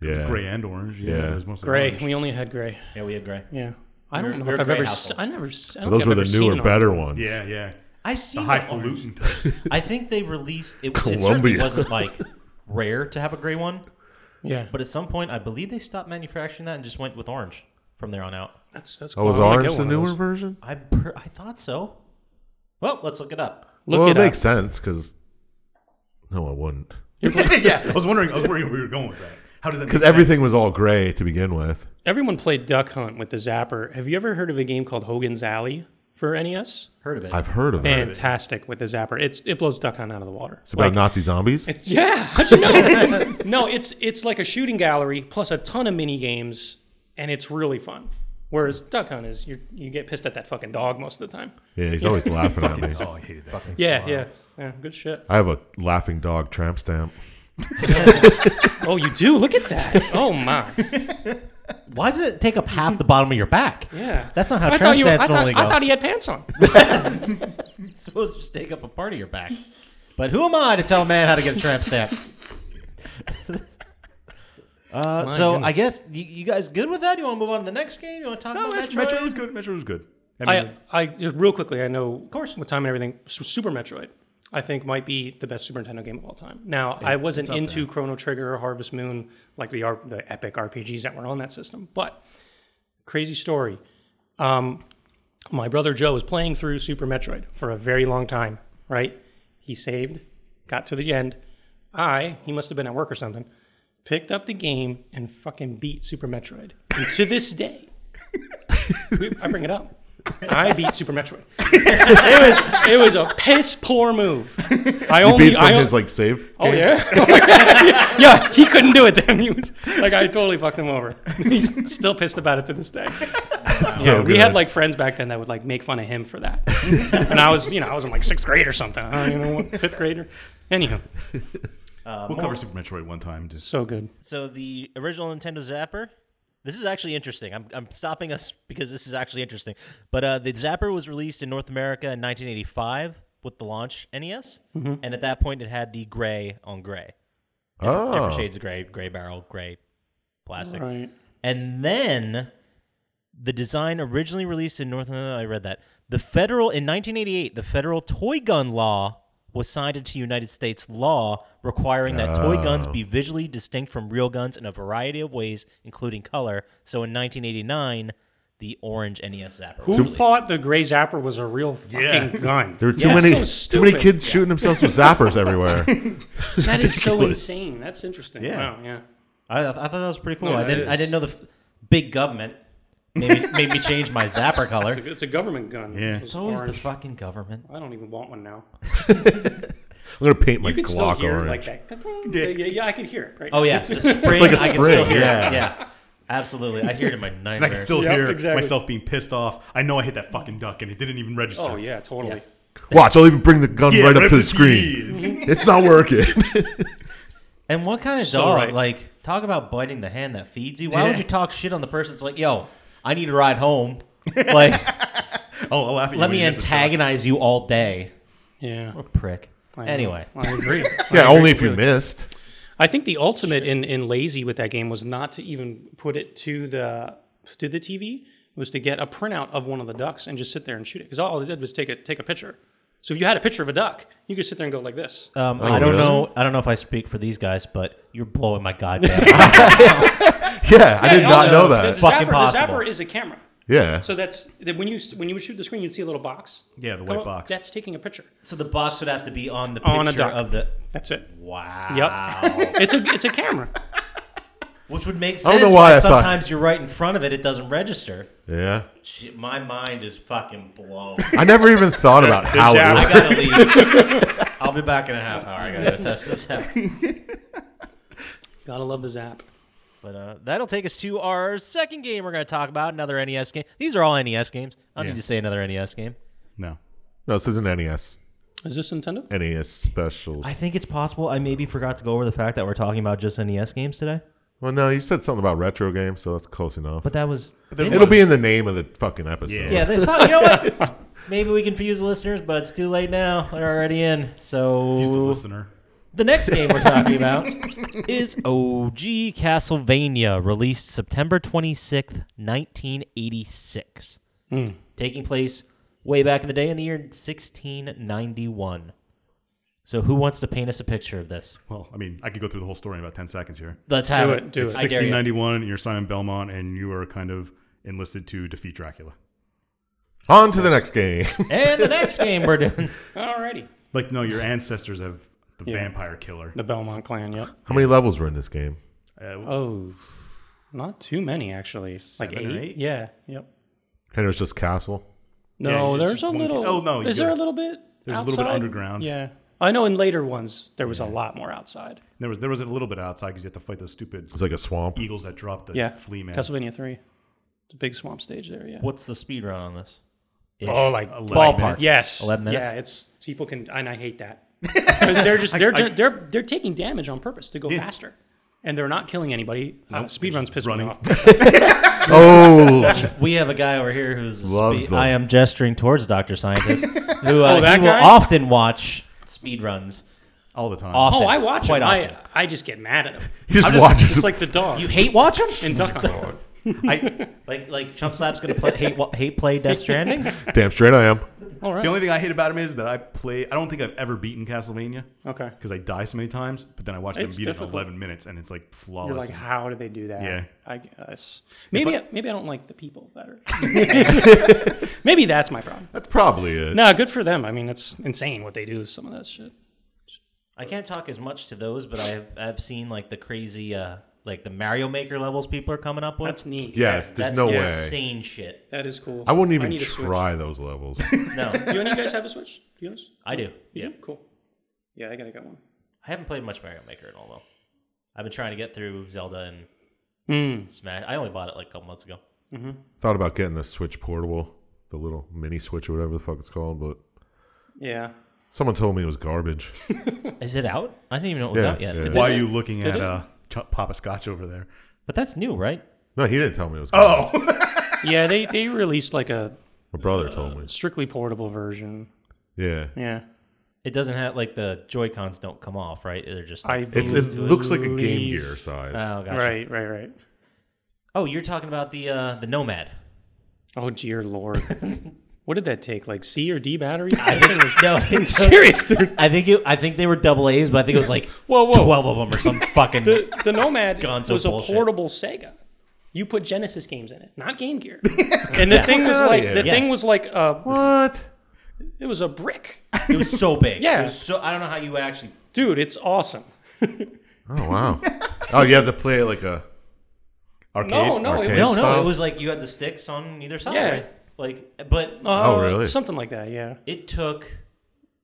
Yeah.
Gray and orange. Yeah.
Yeah.
It was mostly
Gray.
orange.
We only had gray.
Yeah, we had gray.
Yeah. I
We're-
don't know
we're
if
a
I've
gray
ever. Se-
household.
I never. s- I don't
Those
think
were
I've
the
ever seen
newer,
an
better ones.
Yeah, yeah.
I've seen
The
the orange.
highfalutin types.
I think they released it. It certainly
Columbia.
wasn't like rare to have a gray one,
orange. Yeah.
but at some point, I believe they stopped manufacturing that and just went with orange from there on out.
that's that's.
Oh, was
I wanna
orange
get
the
one of
newer
those.
version?
I per- I thought so. Well, let's look it up.
Look
well,
it
it,
up.
makes sense because no, it wouldn't.
yeah, I was wondering. I was wondering where we were going with that. How does that?
Because everything was all gray to begin with.
Everyone played Duck Hunt with the Zapper. Have you ever heard of a game called Hogan's Alley for NES?
Heard of it?
I've heard of it.
Fantastic with the Zapper. It's it blows Duck Hunt out of the water.
It's about Nazi zombies.
It's, yeah, how'd you know? no, it's it's like a shooting gallery plus a ton of mini games, and it's really fun. Whereas Duck Hunt is you you get pissed at that fucking dog most of the time.
Yeah, he's always laughing at me.
Oh, I hated that.
Yeah, yeah, yeah. Good shit.
I have a laughing dog tramp stamp.
Oh, you do. Look at that. Oh my.
Why does it take up half the bottom of your back?
Yeah.
That's not how
I
tramp
thought you. I
stamps
thought,
normally go.
I thought he had pants on.
it's supposed to just take up a part of your back. But who am I to tell a man how to get a tramp stamp? Uh, so I guess you, you guys good with that? You want to move on to the next game? You want to talk
No,
about
Metroid,
Metroid?
Oh, Metroid was good. Metroid was good. I mean,
I, I just real quickly, I know, of course, with time and everything, Su- Super Metroid, I think might be the best Super Nintendo game of all time. Now, I wasn't into Chrono Trigger or Harvest Moon, like the R- the epic RPGs that were on that system, but crazy story. Um, my brother Joe was playing through Super Metroid for a very long time. Right, he saved, got to the end. I, he must have been at work or something, picked up the game and fucking beat Super Metroid. And to this day, we- I bring it up. I beat Super Metroid. it was it was a piss poor move. I only
Beat from
I o-
his like save.
oh yeah yeah he couldn't do it then he was like I totally fucked him over. He's still pissed about it to this day.
So
We
good.
had like friends back then that would like make fun of him for that. and I was you know I was in like sixth grade or something. I don't even know what fifth grader. Anywho, Uh,
we'll cover Super Metroid one time. Just
so good.
So the original Nintendo Zapper. This is actually interesting. I'm, I'm stopping us because this is actually interesting. But uh, the Zapper was released in North America in 1985 with the launch NES, and at that point it had the gray on gray,
oh.
different shades of gray, gray barrel, gray plastic.
Right.
And then the design originally released in North America, I read that. The federal in 1988, the federal toy gun law was signed into United States law requiring that toy guns be visually distinct from real guns in a variety of ways, including color. So in 1989, the orange NES Zapper.
Who thought the gray zapper was a real fucking gun?
There were too
Yeah,
many
so
too many
stupid.
kids shooting themselves with zappers everywhere.
That is so insane. That's interesting.
Yeah.
Wow, yeah.
I, I thought that was pretty cool.
No,
I
that
didn't I
is-
didn't know the f- big government made me, made me change my Zapper color.
It's a, it's a government gun.
Yeah.
It was
It's always
orange.
the fucking government.
I don't even want one now.
I'm gonna paint my
You could still
Glock
hear
orange.
it like that. Yeah, yeah, yeah, I could hear it. Right.
Oh yeah, the spring.
like a
I can still
spring,
hear
yeah.
it. Yeah, absolutely. I hear it in my nightmares.
and I can still
Yep,
hear
exactly.
myself being pissed off. I know I hit that fucking duck, and it didn't even register.
Oh yeah, totally.
Watch, I'll even bring the gun
Yeah,
right up to the
TV.
screen. It's not working.
and what kind of
So
dog?
right.
Like, talk about biting the hand that feeds you. Why would
Yeah.
you talk shit on the person? It's like, yo, I need a ride home. Like,
oh, I'll laugh at you.
let
when
me
you miss a duck.
antagonize you all day,
Yeah.
prick.
I know.
Anyway,
I agree.
yeah, only if you missed.
I think the ultimate in, in lazy with that game was not to even put it to the to the TV. Was to get a printout of one of the ducks and just sit there and shoot it because all it did was take a take a picture. So if you had a picture of a duck, you could sit there and go like this.
um, I don't
Oh, really?
know. I don't know if I speak for these guys, but you're blowing my goddamn. mind.
Yeah, I did
Yeah,
not
oh,
know
the-
that.
The
Fucking
zapper, the
possible.
zapper is a camera.
yeah.
So that's that when you when you would shoot the screen, you'd see a little box.
Yeah, the
Come
white
up,
box.
That's taking a picture.
so the box would have to be on the
Oh,
picture
On a duck.
of the.
That's it.
Wow.
It's a it's a camera.
Which would make sense.
don't know why
why
I thought-
sometimes you're right in front of it, it doesn't register.
yeah.
Shit, my mind is fucking blown.
I never even thought about how
zapper.
it
I
worked.
gotta leave. I'll be back in a half hour. I gotta test this out.
Gotta love the zap.
But uh, that'll take us to our second game we're gonna talk about, another NES game. These are all NES games. I don't
Yeah.
need to say another NES game.
No.
No, this isn't NES.
Is this Nintendo?
NES E special.
I think it's possible I maybe forgot to go over the fact that we're talking about just NES E games today.
Well, no, you said something about retro games, so that's close enough.
But that was
It'll be in the name of the fucking episode.
yeah. They thought, you know what? Maybe we confuse the listeners, but it's too late now. They're already in.
He's the
So
listener.
the next game we're talking about is OG Castlevania, released September 26th, 1986.
Hmm.
Taking place way back in the day in the year 1691. So who wants to paint us a picture of this?
Well, I mean, I could go through the whole story in about 10 seconds here.
Let's have
Do
it.
it, do
I
it.
dare you.
1691, and you're Simon Belmont, and you are kind of enlisted to defeat Dracula.
On to the next game.
And the next game we're doing.
Alrighty.
Like, no, your ancestors have the vampire killer.
The Belmont clan, yep.
How many levels were in this game?
Uh,
Oh, not too many actually. like
Seven
eight?
or eight?
Yeah. Yep.
And it was just castle.
No,
it's
there's a
one ca-
little.
oh, no, you
Is there
got-
a little bit?
there's a little bit
outside?
underground.
Yeah. I know in later ones there was a lot more outside.
there was there was a little bit outside because you have to fight those stupid
It's like a swamp.
eagles that drop the
Yeah.
flea man.
Castlevania three. It's a big swamp stage there. Yeah.
What's the speed run on this?
Oh, like
11
Ballpark.
minutes.
yes.
11 minutes?
Yeah, it's people can and I hate that because they're just they're ju- they're they're taking damage on purpose to go faster, and they're not killing anybody. Uh, Speedruns piss me
running.
off.
Oh,
We have a guy over here who's a
Loves
speed,
them.
I am gesturing towards Dr. Scientist, who uh,
Oh, that
he will
guy?
often watch speed runs.
all the time.
Often,
Oh, I watch
quite
them.
often.
I, I just get mad at them.
He just
I'm just,
watches
just
them.
like the dog.
you hate watch them?
and duck on.
I,
Like like Chump Slap's gonna play, hate wa- hate play Death Stranding?
damn straight I am.
All right.
the only thing I hate about him is that I play. I don't think I've ever beaten Castlevania
okay.
because I die so many times. But then I watch them
It's
beat it
difficult.
in 11 minutes, and it's like flawless.
You're like, how do they do that?
Yeah.
I guess. Maybe I, maybe I don't like the people better. maybe that's my problem.
That's probably it.
No, good for them. I mean, it's insane what they do with some of that shit.
I can't talk as much to those, but I have I've seen like the crazy uh like the Mario Maker levels people are coming up with.
That's neat.
Yeah, there's
That's
no way.
insane shit.
That is cool.
I wouldn't even
need a Switch.
try those levels.
No,
Do any of you guys have a Switch? Do you guys?
I do.
Yeah. Cool. Yeah, I gotta get one.
I haven't played much Mario Maker at all though. I've been trying to get through Zelda and
Hmm.
Mm.
Smash. I only bought it like a couple months ago.
Thought about getting the Switch portable, the little mini Switch or whatever the fuck it's called, but
Yeah.
someone told me it was garbage.
Is it out? I didn't even know it was
Yeah,
out yet.
yeah.
It did-
Why are you looking
Did
at
it?
uh, Ch- Papa Scotch over there?
But that's new, right?
No, he didn't tell me it was. Garbage.
Yeah, they, they released like a
my brother told me.
strictly portable version.
Yeah,
Yeah.
It doesn't have like the Joy Cons don't come off, right? They're just
I
like,
it's it looks like a Game
believe-
Gear size.
oh, gotcha.
Right, right, right.
Oh, you're talking about the uh, the Nomad.
Oh dear lord. what did that take? Like C or D batteries?
no, it's,
Serious, dude.
I think it, I think they were double A's, but I think it was like
Whoa,
Oh.
whoa.
twelve of them or some fucking.
The, the Nomad
Gonzo
was a
bullshit.
portable Sega. You put Genesis games in it, not Game Gear. and the thing was like the
Yeah.
thing was like a,
What?
it was a brick.
It was so big.
Yeah.
It was so I don't know how you actually.
Dude, it's awesome.
Oh wow. oh, you have to play it like a
Arcade.
No, no,
arcade
it
No,
was
no,
style?
it was like you had the sticks on either side.
Yeah.
Right? Like, but
uh,
Oh, really?
Something like that, yeah.
it took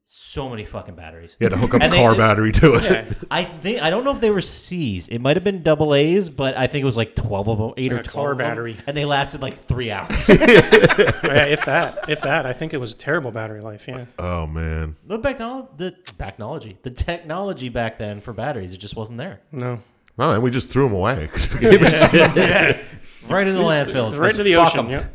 so many fucking batteries.
You had to hook up a
And they-
car battery to it.
Yeah.
I think I don't know if they were C's. It might have been double A's, but I think it was like twelve of them, eight or
a
twelve.
car
of 'em,
battery.
and they lasted like three hours.
yeah, if that, if that, I think it was a terrible battery life. Yeah,
Oh man.
the backno- the technology, the technology back then for batteries, it just wasn't there.
no,
No, and we just threw them away. 'cause we gave a shit.
Right into the landfills,
right into the
fuck
ocean.
'em.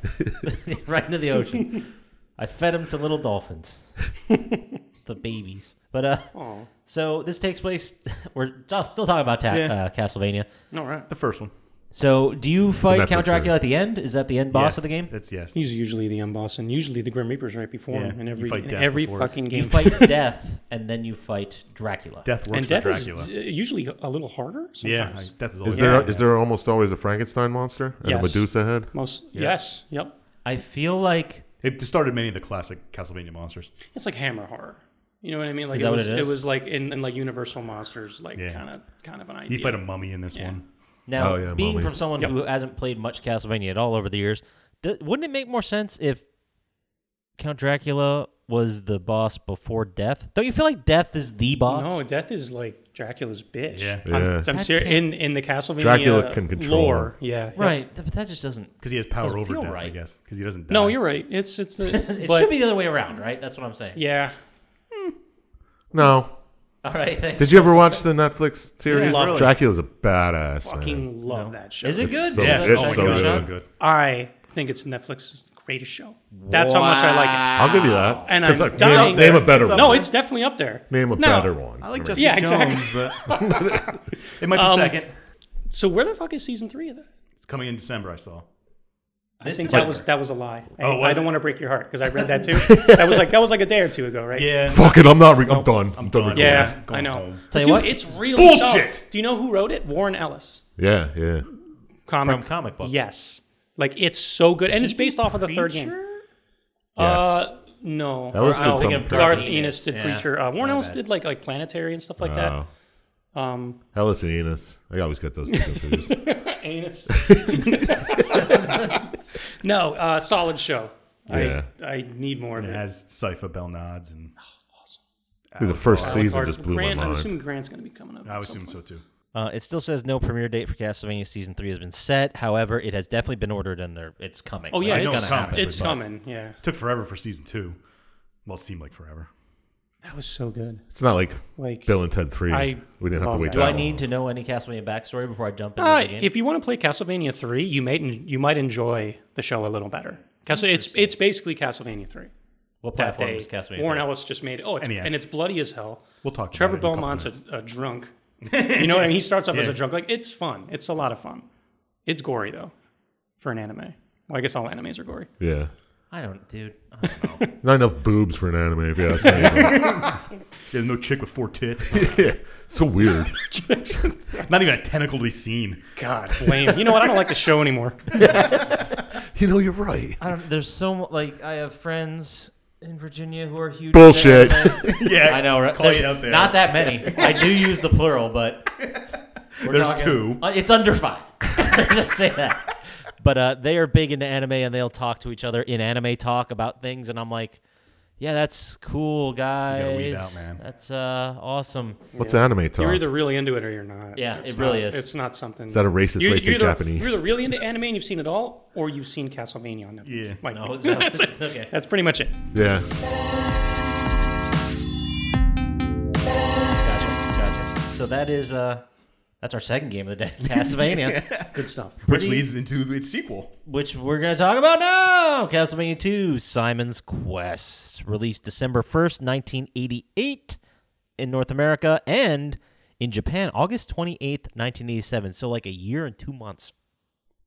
Yep.
right into the ocean. I fed them to little dolphins, the babies. But uh,
Oh,
so this takes place. We're just still talking about ta-
Yeah.
uh, Castlevania.
all right.
The first one.
So, do you fight
Netflix
Count Dracula
series.
at the end? Is that the end boss
Yes,
of the game?
That's yes.
He's usually the unboss, and usually the Grim Reaper's right before
Yeah,
him in
you
every
fight
in
death
every
before.
fucking game.
You fight Death, and then you fight Dracula.
Death works
and
for
death
Dracula.
is uh, usually a little harder.
yeah,
Sometimes.
I- death is all.
Is
yeah,
there
yes.
is there almost always a Frankenstein monster and a
Yes.
Medusa head?
Most yes, yep.
I feel like
It started many of the classic Castlevania monsters.
It's like hammer horror. You know what I mean? Like
Is
it
that what
was,
it is?
was like in, in like Universal Monsters, like
Yeah.
kind of kind of an idea.
You fight a mummy in this one.
now
Oh, yeah,
being
mummies.
from someone who hasn't played much Castlevania at all over the years, d- wouldn't it make more sense if Count Dracula was the boss before Death? Don't you feel like Death is the boss?
No, death is like Dracula's bitch.
Yeah.
Yeah.
I'm, I'm serious.
can't-
In in the Castlevania
Dracula can control
lore. Yeah, yeah.
Right, th- but that just doesn't.
Because he has power
Doesn't
over
feel
death, I
right.
guess. Because he doesn't. Die.
No, you're right. It's it's the
It
but-
should be the other way around, right? That's what I'm saying.
Yeah,
No.
All right, thanks.
Did you ever watch the Netflix series?
Yeah, really.
Dracula's a badass.
Fucking
Man.
love that show.
Is it
It's
good?
so
Yeah,
good.
oh
It's
my
so
God,
good.
so good.
I think it's Netflix's greatest show. That's how much I like
I'll give you that.
And
'Cause,
I'm
like,
dying.
name, name a better
it.
one.
No, it's definitely up there.
name a
Now,
better one.
I like
Remember-
Jessica
Yeah,
Jones,
exactly.
but it might be
Um,
second.
So where the fuck is season three of that?
It's coming in December. I saw.
I
This
think
December.
that was that was a lie. I,
Oh, was
I
it?
don't want to break your heart because I read that too. that was like that was like a day or two ago, right?
Yeah.
Fuck it. I'm not. Re- I'm done. I'm done.
done.
recording.
Yeah,
Going
I know.
home.
Tell you
Dude,
what,
it's real
bullshit.
Do you know who wrote it? Warren Ellis.
Yeah. Yeah.
Comic.
From comic books.
Yes. Like it's so good, and it's based off of the third game. Uh, no.
Ellis
Or,
did
oh,
something Thinking of
Garth
Garth
Ennis
Ennis,
did
yeah.
Preacher. Uh, Warren
My
Ellis
bad.
did like like Planetary and stuff like
Oh.
that. Um,
Ellis and Enos. I always get those two confused.
anus. no, uh, solid show.
Yeah.
I, I need more of
It
it.
has Cypher Bell nods, and
Dude, the first
Alucard-
season just blew
Grant,
my
I'm assuming
mind.
Grant's going to be coming up.
I
at
would
some
assume
point.
so too.
Uh, it still says no premiere date for Castlevania season three has been set. However, it has definitely been ordered and they're, it's coming.
Oh yeah,
Like,
it's,
know
gonna
it's coming.
happen.
It's coming. Yeah,
Took forever for season two. Well, it seemed like forever.
that was so good.
It's not like
Like,
Bill and Ted Three.
I
we didn't have to
love
wait.
that.
Do
that
I need
long.
to know any Castlevania backstory before I jump into
uh,
the game?
if you want to play Castlevania three, you might you might enjoy the show a little better. Castle, it's it's basically Castlevania three.
what
That
platform
day,
is Castlevania?
Warren
three?
Ellis just made oh, it's,
NES.
and it's bloody as hell.
We'll talk.
Trevor
about it in a couple
Belmont's
minutes.
a, a drunk. You know what I mean? He starts off as
Yeah.
a drunk. Like it's fun. It's a lot of fun. It's gory though, for an anime. Well, I guess all animes are gory.
Yeah.
I don't, dude. I don't know.
Not enough boobs for an anime, if you ask me.
Yeah, no chick with four tits.
yeah. So weird.
Not even a tentacle to be seen.
God, lame. You know what? I don't like the show anymore.
You know, you're right.
I don't. There's so mu- like I have friends in Virginia who are huge.
Bullshit.
into anime.
Yeah,
I know. Right?
Call you
There's
out there.
Not that many. I do use the plural, but we're
There's
talking-
two.
Uh, it's under five. Just say that. But uh, they are big into anime, and they'll talk to each other in anime talk about things, and I'm like, yeah, that's cool, guys.
gotta weed out, man.
That's uh, awesome.
What's anime talk?
You're either really into it or you're not.
Yeah,
It's
it
not-
really is.
It's not something.
Is that a racist way to say
either-
Japanese?
You're either really into anime and you've seen it all, or you've seen Castlevania on Netflix.
Yeah.
Like,
No, it's not-
that's,
it's okay.
that's pretty much it.
yeah.
Gotcha, gotcha. So that is uh, that's our second game of the day, Castlevania.
Good stuff.
Which
Pretty-
leads into its sequel.
which we're going to talk about now Castlevania 2 Simon's Quest, released December 1st, 1988 in North America and in Japan August 28th, 1987. So, like a year and two months,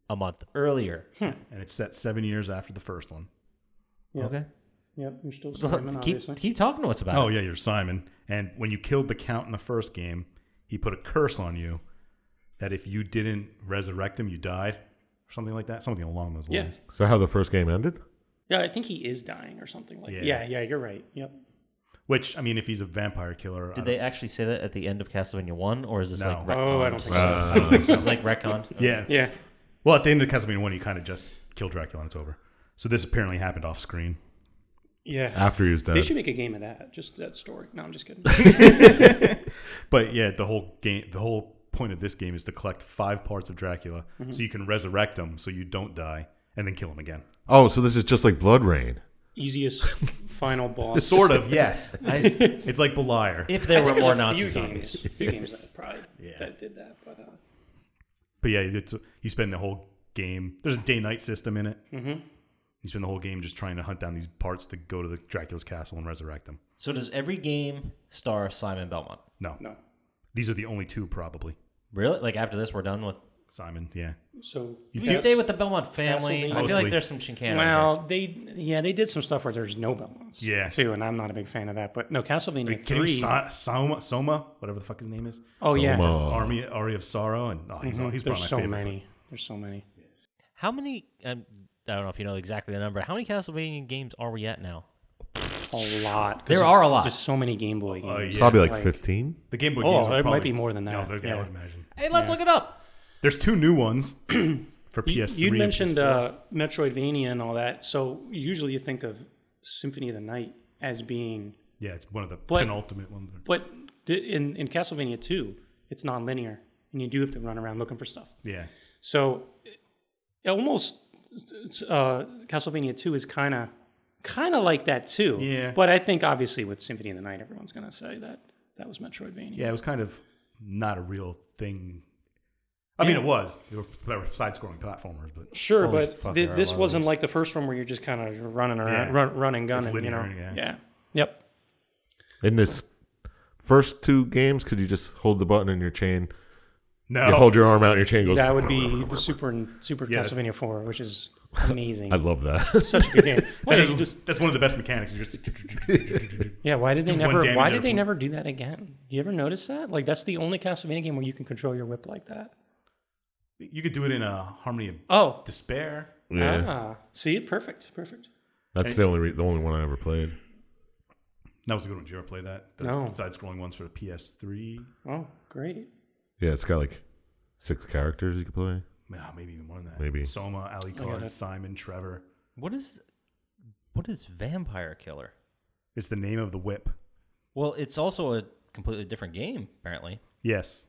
a month earlier.
And it's set seven years after the first one.
Yeah.
Okay.
Yep, you're still Simon, obviously.
keep, keep talking to us about
Oh
it.
yeah, you're Simon. And when you killed the count in the first game, he put a curse on you that if you didn't resurrect him, you died, or something like that. Something along those
Yeah.
lines.
Is that how the first game ended?
Yeah, I think he is dying or something like that.
Yeah.
Yeah, yeah, you're right. Yep.
Which I mean, if he's a vampire killer, I
Did
don't-
they actually say that at the end of Castlevania 1 or is this like
No.
retcon?
Oh, I don't think so.
Uh,
Is this like retcon?
yeah.
yeah.
Well, at the end of Castlevania one, you kind of just kill Dracula and it's over. So this apparently happened off screen.
Yeah.
After he was
They
dead.
should make a game of that. Just that story. No, I'm just kidding.
But yeah, the whole game, the whole point of this game is to collect five parts of Dracula, so you can resurrect him, so you don't die, and then kill him again.
Oh, so this is just like Blood Rain.
Easiest final boss.
Sort of, yes. I- it's, it's like Beliar.
If there were
There's
more
a
Nazi
few
zombies.
games, few games that probably that did that, but uh,
But yeah, it's, you spend the whole game. There's a day-night system in it. Mm-hmm. You spend the whole game just trying to hunt down these parts to go to the Dracula's castle and resurrect them.
So, does every game star Simon Belmont?
No,
no.
these are the only two probably.
Really? Like after this, we're done with
Simon, yeah.
So
We stay with the Belmont family. I feel
Mostly.
like there's some chicanery. here.
Well, they yeah they did some stuff where there's no Belmonts.
Yeah.
too, and I'm not a big fan of that. But no, Castlevania
Can
three.
you Sa- Soma, Soma, whatever the fuck his name is,
oh yeah,
uh,
Soma. Oh.
Army, Ari of Sorrow, and oh, he's, he's probably
Mm-hmm. there's
my
so
favorite.
many. There's so many.
How many? Um, I don't know if you know exactly the number. How many Castlevania games are we at now?
A lot. 'cause
There are a lot.
There's so many Game Boy games.
Oh, yeah.
Probably like,
Like-
15.
The Game Boy
Oh,
games. are
it might
probably-
be more than
No,
that.
they're- I
Yeah.
would imagine.
Hey, let's look it up.
There's two new ones for PS3.
You
and
mentioned
PS4.
uh, Metroidvania and all that. So usually you think of Symphony of the Night as being,
yeah, it's one of the
but-
penultimate ones.
but th- in in Castlevania two, it's non-linear, and you do have to run around looking for stuff.
Yeah,
So it almost uh, Castlevania Two is kind of kind of like that too.
Yeah.
But I think obviously with Symphony of the Night, everyone's gonna say that That was Metroidvania.
Yeah, it was kind of not a real thing. I mean,
Yeah.
it was. They were, they were side-scrolling platformers, but
Sure,
Holy
but
fuck,
thi-
there are a
this
lot of
wasn't like the first one where you're just kind of running around,
Yeah.
run, running, gunning.
linear,
you know?
yeah.
Yep.
In this first two games, could you just hold the button in your chain?
no.
You hold your arm out, and your chain goes.
Oh. That would be the Super Super
Yeah.
Castlevania Four, which is amazing.
I love that.
Such a good game. Why
that
did
is,
just,
that's one of the best mechanics. You just
yeah, why did they
do one
never?
damage
Why
at a
did they
point.
never do that again? You ever notice that? Like that's the only Castlevania game where you can control your whip like that.
you could do it in a harmony of
Oh,
despair.
yeah,
ah, see, perfect, perfect.
that's the only re- the only one I ever played.
That was a good one. Did you ever play that? The
No.
side-scrolling ones for the PS3.
Oh, great.
Yeah, it's got like six characters you could play.
Nah, maybe even more than that.
Maybe.
Soma, Ali
it.
Card, Simon, Trevor.
What is what is Vampire Killer?
It's the name of the whip.
Well, it's also a completely different game, apparently.
Yes.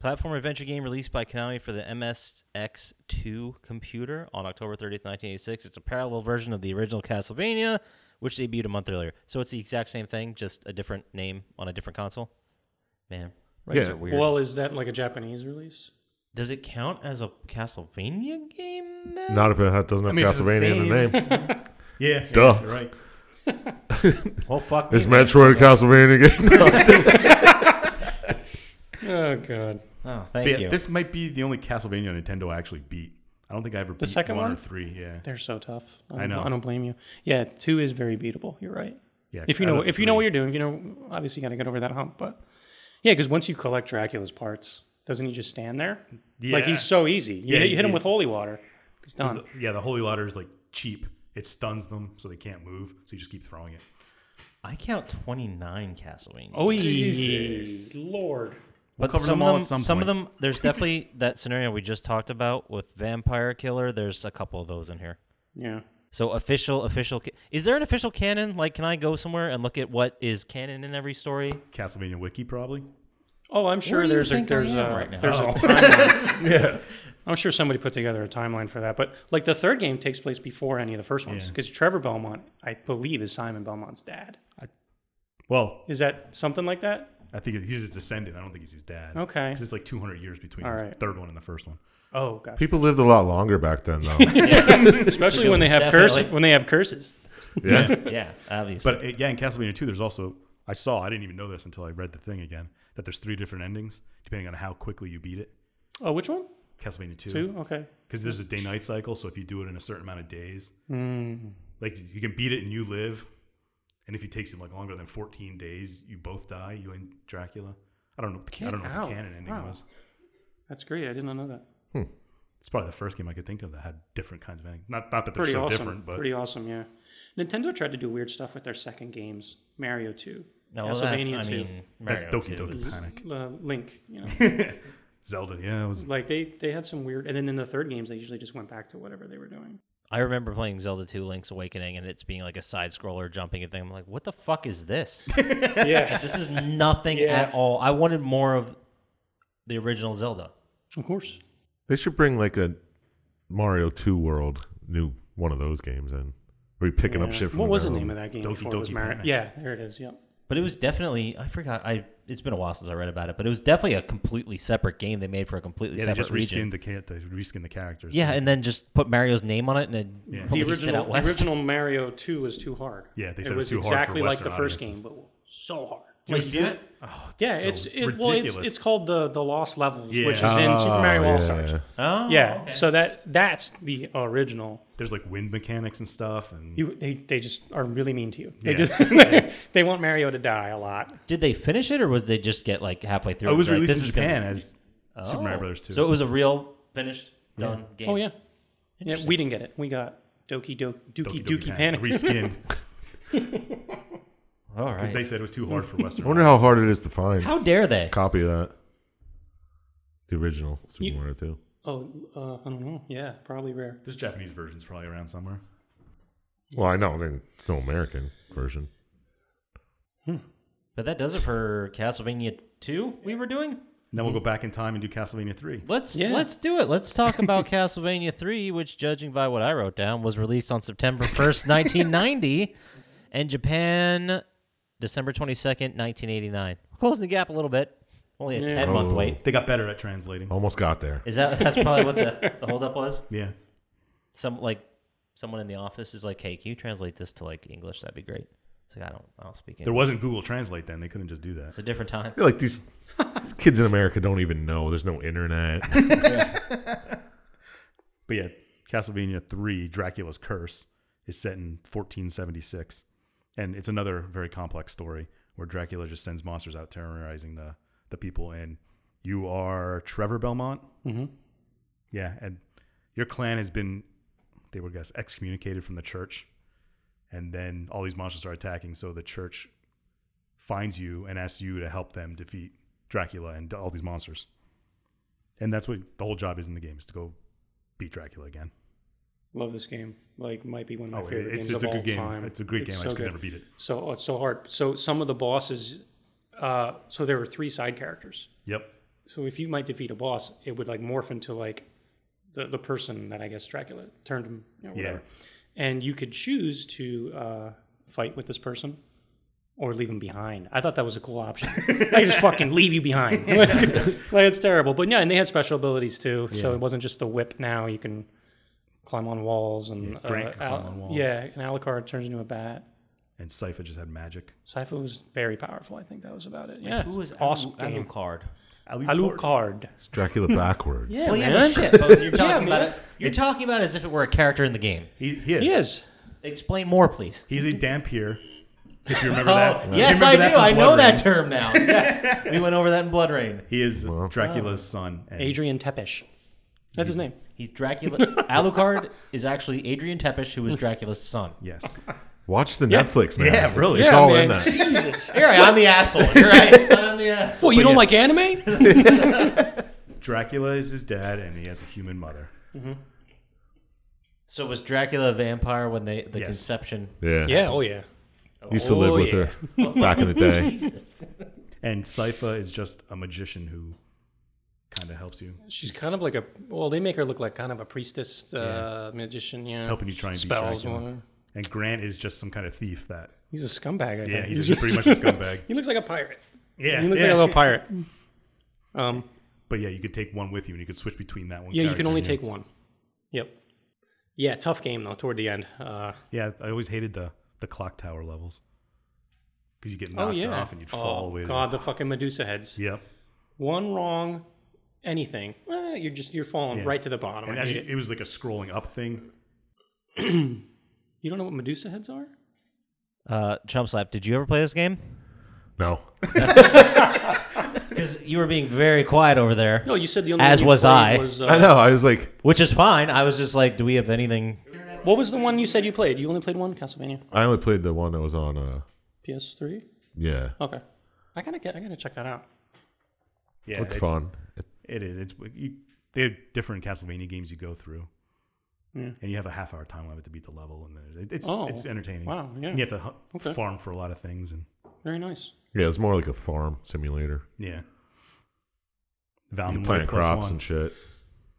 Platform adventure game released by Konami for the MSX2 computer on October 30th, 1986. It's a parallel version of the original Castlevania, which debuted a month earlier. So it's the exact same thing, just a different name on a different console. Man, writers
Yeah.
are weird.
Well, is that like a Japanese release?
Does it count as a Castlevania game? then?
Not if it ha- doesn't have
I mean, if it's the
Castlevania in the
same-
name.
Yeah.
Duh.
You're right.
Well, fuck.
It's
me then.
Metroid Castlevania game.
Oh God.
Oh, thank
Yeah,
you.
this might be the only Castlevania Nintendo I actually beat. I don't think I ever beat
second
one,
one?
or three. Yeah.
They're so tough. I,
I
don't-
know.
I don't blame you. Yeah, two is very beatable. You're right.
Yeah.
If you
out
know,
of the
if you know what
three.
you're doing, you know. Obviously, you got to get over that hump. But yeah, because once you collect Dracula's parts, doesn't he just stand there? Like
Yeah.
he's so easy. You,
Yeah,
hit, you hit him
yeah.
with holy water. He's
It's
done.
the- yeah, the holy water is like cheap. It stuns them, so they can't move. So you just keep throwing it.
I count 29 Castlevania.
oh
Jesus.
Lord.
We'll cover
some
them
of
all at some
Some of
point.
them, there's definitely that scenario we just talked about with Vampire Killer. There's a couple of those in here.
Yeah.
So official, official. ca- Is there an official canon? Like, can I go somewhere and look at what is canon in every story?
Castlevania Wiki, probably.
Oh, I'm
Where
sure
do you
there's a,
think I
there's
am
a
right now?
there's
Oh.
a timeline. I'm sure somebody put together a timeline for that. But like the third game takes place before any of the first ones
Yeah.
because Trevor Belmont, I believe, is Simon Belmont's dad.
Well,
Is that something like that?
I think he's his descendant. I don't think he's his dad.
Okay.
'Cause it's like 200 years between
All
the
right.
third one and the first one.
Oh, gosh.
People lived a lot longer back then, though.
Especially when they have curses.
Definitely.
When they have curses.
yeah.
Yeah, obviously.
But uh, yeah, in Castlevania 2, there's also, I saw, I didn't even know this until I read the thing again, that there's three different endings depending on how quickly you beat it.
Oh, which one?
Castlevania 2.
Two. Okay.
Because there's a day night cycle, so if you do it in a certain amount of days,
Mm.
like you can beat it and you live. And if it takes you like longer than 14 days, you both die, you and Dracula. I don't know. What the, I
Get
don't know what
out.
the canon ending
Wow.
was.
That's great. I did not know that.
It's probably the first game I could think of that had different kinds of endings. Not, not that they're
Pretty
so
awesome.
different, but
Pretty awesome. Yeah. Nintendo tried to do weird stuff with their second games. Mario Two.
no, well, that-
Castlevania
I
Two.
mean,
that's
Mario
Doki
too
Doki
is-
Panic.
uh, Link. You know.
Zelda, yeah, it was
like they they had some weird and then in the third games they usually just went back to whatever they were doing
I remember playing Zelda 2 Link's Awakening and it's being like a side scroller jumping and thing. I'm like, what the fuck is this?
yeah
this is nothing
Yeah.
at all. I wanted more of the original Zelda.
of course
They should bring like a Mario Two World new one of those games in. Where you're picking up shit from
what was the
ground.
name of that game
Doki
before it was
Doki
Mario?
Panic.
yeah there it is yep
But it was definitely I forgot I it's been a while since I read about it, but it was definitely a completely separate game they made for a completely
yeah. They
separate
just
region.
reskinned the ca- they reskinned the characters.
Yeah, and then just put Mario's name on it and then
Yeah. The
the
released it
original
out
the
west.
original mario 2 was too hard
Yeah, they
it
said it
was
was too hard for
exactly like the
Western
first
audiences.
game but so hard
Did you ever see
that-
it? Oh, it's
yeah
so-
it's, it, well it's it's called the the lost levels
Yeah.
which is in
Oh,
super mario all stars
yeah.
oh,
yeah
okay.
so that that's the original
There's like wind mechanics and stuff, and
you they, they just are really mean to you they
Yeah.
just they want mario to die a lot
did they finish it or was they just get like halfway through?
Oh, it was
and be like,
released in
"This is gonna
Japan
be-"
as Super Mario Brothers Two.
So it was a real finished done game.
oh yeah yeah we didn't get it we got Doki Doki Dookie Dookie Panic.
reskinned
All right.
because they said it was too hard for Western.
I wonder how hard it is to find
How dare they?
a copy of that. The original Super Mario Two.
Oh, uh, I don't know. Yeah, probably rare.
There's Japanese versions probably around somewhere.
Well, I know there's no American version.
But that does it for Castlevania 2 we were doing.
And then we'll go back in time and do Castlevania Three.
Let's
Yeah.
let's do it. Let's talk about Castlevania 3, which judging by what I wrote down was released on September 1st, 1990 and Japan December 22nd, 1989. closing the gap a little bit. Only a
Yeah.
ten month
Oh.
wait.
They got better at translating.
Almost got there.
Is that that's probably what the, the holdup was?
Yeah.
Some like someone in the office is like, "Hey, can you translate this to like English? That'd be great." It's like I don't, I don't speak English.
There wasn't Google Translate then. They couldn't just do
it's
that.
a different time.
I feel like these these kids in America don't even know. There's no internet.
But yeah, Castlevania 3, Dracula's Curse, is set in 1476. And it's another very complex story where Dracula just sends monsters out terrorizing the, the people. And you are Trevor Belmont?
Mm-hmm.
Yeah. And your clan has been, they were, I guess, excommunicated from the church. And then all these monsters are attacking. So the church finds you and asks you to help them defeat Dracula and all these monsters. And that's what the whole job is in the game is to go beat Dracula again.
Love this game. Like, might be one of my
Oh, it-
favorite
it's,
games
it's a
of all
good game.
time.
It's a great game. I
so
just could
good.
never beat it.
So oh, it's so hard. So some of the bosses, uh, so there were three side characters.
Yep.
So if you might defeat a boss, it would like morph into like the, the person that I guess Dracula turned him, you know, whatever. And you could choose to uh, fight with this person or leave him behind. I thought that was a cool option. I just fucking leave you behind. like, it's terrible. But yeah, and they had special abilities too. So it wasn't just the whip now. You can climb on walls and uh,
Yeah, Grant can climb on walls.
Yeah, and Alucard turns into a bat.
And Sypha just had magic.
Sypha was very powerful. I think that was about it. Yeah.
Who was
awesome
Alu-
game.
Alucard?
Alucard.
It's Dracula backwards.
Yeah,
well, yeah,
man.
but shit. but
Yeah,
you're talking about
man.
it. You're talking about it as if it were a character in the game.
He, he is.
He is.
Explain more, please.
He's a Dampier. If you remember
Oh,
that. If you
yes,
remember
I do.
that from
I
Blood
know that
Rain,
term now. Yes, we went over that in Blood Rain.
He is Dracula's son. And
Adrian Tepesh. That's his name.
He's Dracula. Alucard is actually Adrian Tepish, who was Dracula's son.
Yes.
Watch the Netflix, man.
Yeah, really.
It's
Yeah,
all in
man.
there.
Jesus.
Here, I'm the asshole. You're right. I'm the asshole.
Well, you don't like anime?
Dracula is his dad, and he has a human mother.
So was Dracula a vampire when they the
Yes.
conception?
Yeah.
yeah, oh yeah.
Used to live
Oh,
with her back in the day.
And Sypha is just a magician who kind of helps you.
She's kind of like a well, they make her look like kind of a priestess, uh, magician, yeah.
Just helping you try and beat
spells.
Dracula.
whatever.
And Grant is just some kind of thief that.
He's a scumbag, I
Yeah,
think.
he's just pretty much a scumbag.
He looks like a pirate.
Yeah.
He looks
yeah.
like a little pirate. Um
but yeah, you could take one with you, and you could switch between that one.
yeah, you can
character
only
and
take one. Yep. Yeah, tough game though, toward the end. Uh
Yeah, I always hated the the clock tower levels because you get knocked
oh yeah.
off and you'd fall
oh,
away.
God, the fucking Medusa heads.
To, yep.
One wrong anything. eh, you're just you're falling
Yeah.
right to the bottom.
And
I
as
hate
you,
it.
it was like a scrolling up thing.
You don't know what Medusa heads are?
Uh, Chump Slap, did you ever play this game?
No.
Because you were being very quiet over there,
No, you said the only
As
one you
was
played
I.
Was, uh,
I know. I was like,
which is fine. I was just like, do we have anything?
What was the one you said you played? You only played one Castlevania
I only played the one that was on. Uh,
PS3.
yeah.
Okay, I gotta get. I gotta check that out.
Yeah,
it's fun.
It is. It's you, they have different Castlevania games you go through,
Yeah.
and you have a half hour time limit to beat the level, and then it, it's
Oh,
it's entertaining.
Wow. Yeah.
And you have to hu-
Okay.
farm for a lot of things, and
Very nice.
Yeah, it's more like a farm simulator.
yeah.
You can
Valmont
plant
plus
crops
one.
and shit.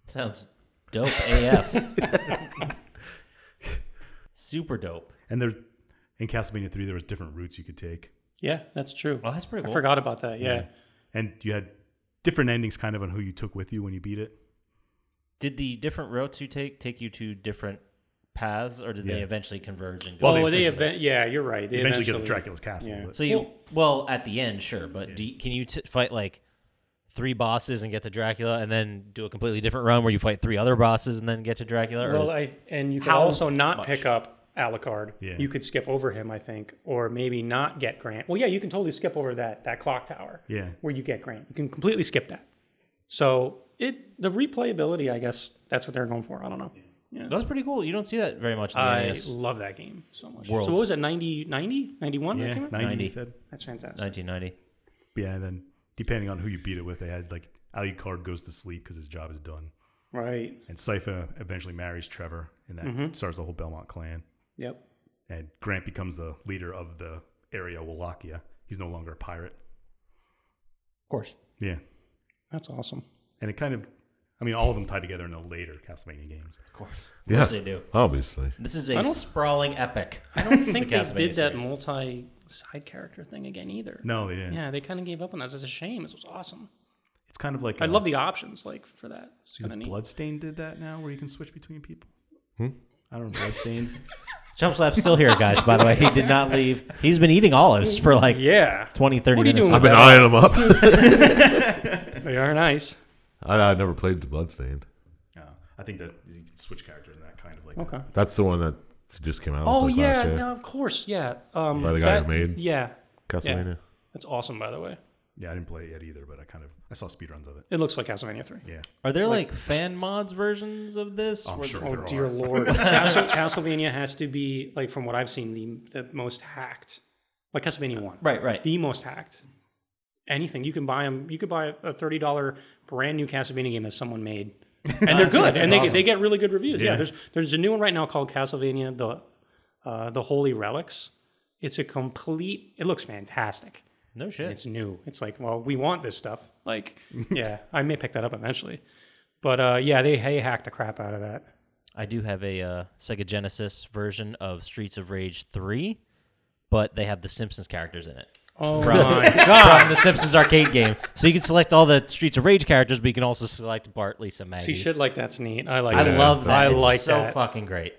Sounds dope AF. Super dope.
And there, in Castlevania three, there was different routes you could take.
Yeah, that's true.
Well, that's pretty
I
cool.
forgot about that. Yeah.
And you had different endings, kind of on who you took with you when you beat it.
Did the different routes you take take you to different paths, or did they
Yeah.
eventually converge? And
Well,
oh,
they
they event. Yeah, you're right. They
Eventually, get to Dracula's castle.
Yeah.
but-
So you well at the end, sure, but do you, can you t- fight like three bosses and get to Dracula, and then do a completely different run where you fight three other bosses and then get to Dracula? Or
Well,
is-
I, and you can
How
also not
much?
pick up Alucard.
Yeah.
You could skip over him, I think, or maybe not get Grant. Well, yeah, you can totally skip over that that clock tower.
Yeah.
where you get Grant. You can completely skip that. So it the replayability, I guess that's what they're going for. I don't know. Yeah.
that's pretty cool. You don't see that very much. In the E
I
NES.
love that game so much.
World.
So what was it, 90, 90, 91? that
Yeah,
came out?
90,
90.
you said.
That's fantastic.
1990.
But yeah, and then depending on who you beat it with, they had like Ali Card goes to sleep because his job is done.
Right.
And Sypha eventually marries Trevor, and that
Mm-hmm.
starts the whole Belmont clan.
Yep.
And Grant becomes the leader of the area Wallachia. He's no longer a pirate.
Of course.
Yeah.
That's awesome.
And it kind of, I mean, all of them tied together in the later Castlevania games.
Of course.
Yeah.
course they do.
Obviously.
This is
I
a
don't-
sprawling epic.
I don't think
The
they
Castlevania
did that
series.
multi side character thing again either.
No, they didn't.
Yeah, they kind of gave up on that. It's a shame. This was awesome.
It's kind of like
I
uh,
love the options like for that.
Is
It's kind
it
of neat.
Bloodstain did that now, where you can switch between people?
Hmm?
I don't know. Bloodstained.
Jump Slap's still here, guys, by the way. He did not leave. He's been eating olives for like
Yeah,
20, 30
What are you
minutes.
doing
I've been
Yeah.
eyeing them up.
they are nice.
I, I never played the Bloodstained.
yeah, Uh, I think that you can switch characters in that kind of like.
Okay.
That's the one that just came out.
Oh
like
yeah,
last year.
no, of course, yeah. Um,
By the guy who
that-
made-
Yeah,
Castlevania.
that's awesome. By the way,
Yeah, I didn't play it yet either, but I kind of I saw speedruns of it.
it looks like Castlevania Three.
Yeah,
Are there like fan mods versions of this?
I'm
Where-
sure
Oh
there
dear
are.
lord, Castle, Castlevania has to be like from what I've seen the the most hacked, like Castlevania One,
Right, right.
The most hacked. Anything you can buy them, you could buy a thirty dollar brand new Castlevania game that someone made, and they're good, and they get, they get really good reviews. Yeah.
Yeah.
there's there's a new one right now called Castlevania the uh, the Holy Relics. It's a complete. It looks fantastic.
No
and
shit.
it's new. It's like, well, we want this stuff. Like, yeah, I may pick that up eventually. But uh, yeah, they hey hacked the crap out of that.
I do have a uh, Sega Genesis version of Streets of Rage 3, but they have the Simpsons characters in it.
Oh
From-
my
From the Simpsons arcade game. So you can select all the Streets of Rage characters, but you can also select Bart, Lisa, Maggie.
She should like that's neat. I like.
I
that.
love that.
I
It's
like
so
that.
fucking great.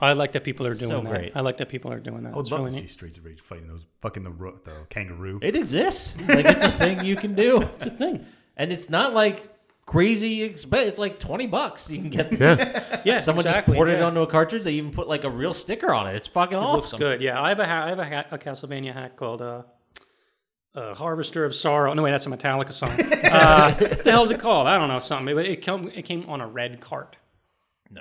I like that people are doing
So
that.
great.
I like that people are doing that.
I would
It's
love
really
to see
neat.
Streets of Rage fighting those fucking the, ro- the kangaroo.
It exists. Like it's a thing you can do.
It's a thing.
And it's not like crazy expense. It's like 20 bucks. You can get this.
Yeah,
Someone
exactly,
just ported it
yeah.
onto a cartridge. They even put like a real sticker on it. It's fucking
It looks
awesome.
good. Yeah, I have a ha- I have a, ha- a Castlevania hack called uh, uh, Harvester of Sorrow. No, wait, that's a Metallica song. uh, what the hell's it called? I don't know something. But it came it came on a red cart.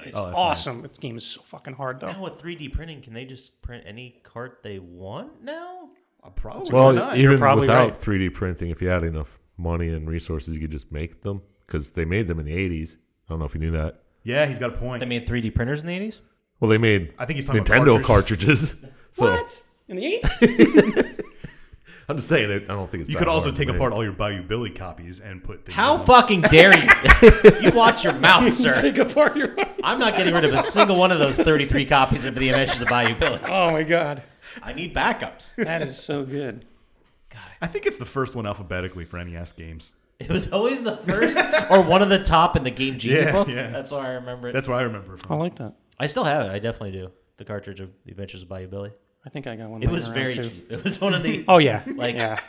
It's
Oh,
awesome. This game is so fucking hard though.
Now with 3D printing, can they just print any cart they want now?
Uh, probably.
Well,
You're
even
probably
without
right.
3D printing, if you had enough money and resources, you could just make them because they made them in the 80s. I don't know if you knew that.
yeah, he's got a point.
They made 3D printers in the 80s?
Well, they made
I think he's talking about
Nintendo cartridges. so
In the eight?
I'm just saying, that I don't think it's.
you
that
could also
hard to
take
make.
apart all your Bayou Billy copies and put things.
How
in them.
fucking dare you? you watch your mouth, sir.
Take apart your.
I'm not getting rid of a single one of those 33 copies of The Adventures of Bayou Billy.
Oh my god,
I need backups.
that is so good.
I think it's the first one alphabetically for NES games.
It was always the first or one of the top in the Game Genie
Yeah,
book.
yeah.
That's why I remember it.
That's where I remember it
I
from.
like that.
I still have it. I definitely do. The cartridge of The Adventures of Bayou Billy.
I think I got one.
It
lying
was
around,
very
too.
cheap. It was one of the.
Oh yeah,
Like-
yeah,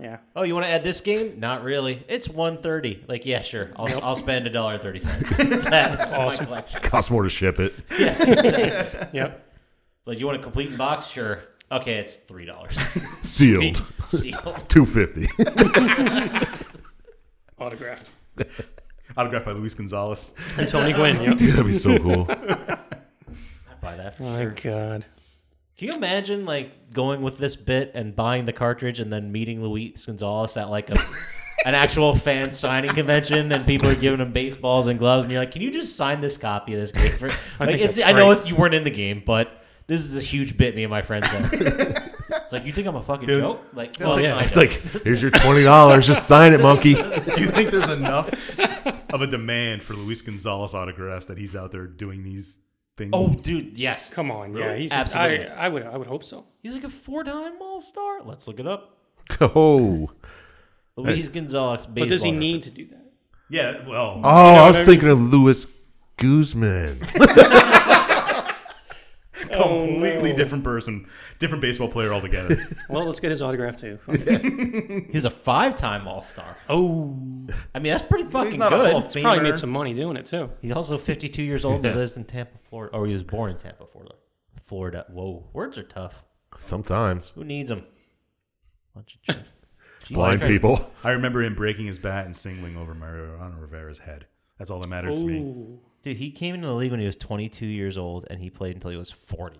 yeah.
Oh, you want to add this game? Not really. It's one thirty. Like, yeah, sure. I'll, I'll spend a dollar and thirty cents. That's my
Awesome.
collection.
Costs more to ship it.
Yep.
Like, you want a complete box? Sure. Okay, it's three dollars.
Sealed.
Sealed.
250.
Autographed.
Autographed by Luis Gonzalez.
And Tony Gwynn. Yep.
Dude, that'd be so cool.
I'd buy that for
Oh my
sure.
god.
Can you imagine like going with this bit and buying the cartridge and then meeting Luis Gonzalez at like a an actual fan signing convention and people are giving him baseballs and gloves and you're like, can you just sign this copy of this game? For, like,
think
it's,
that's
I know
great.
it's, you weren't in the game, but this is a huge bit me and my friends have. it's like you think I'm a fucking
Dude,
joke? Like, well,
take-
yeah,
It's like, here's your $20. Just sign it, monkey.
Do you think there's enough of a demand for Luis Gonzalez autographs that he's out there doing these things?
oh, dude, yes,
Come on. Yeah. He's
Absolutely.
I, I would. I would hope so.
he's like a four-time All Star. Let's look it up.
Oh.
Luis Gonzalez.
But does he
baseball
need to do that?
yeah. Well,
Oh, I was thinking of Louis Guzman.
completely different person, different baseball player altogether.
Well, let's get his autograph too.
reference. He's a five-time All Star.
oh.
I mean, that's pretty fucking
not a
good.
Hall of Famer.
Probably made some money doing it too.
He's also 52 years old and lives in Tampa, Florida. Or Oh, he was born in Tampa, Florida. Florida. Whoa, words are tough.
Sometimes.
Who needs them? Bunch of chumps. Jesus
Blind
Christ.
people.
I remember him breaking his bat and singling over Mariano Rivera's head. That's all that mattered to me.
Ooh.
Dude, he came into the league when he was 22 years old and he played until he was 40.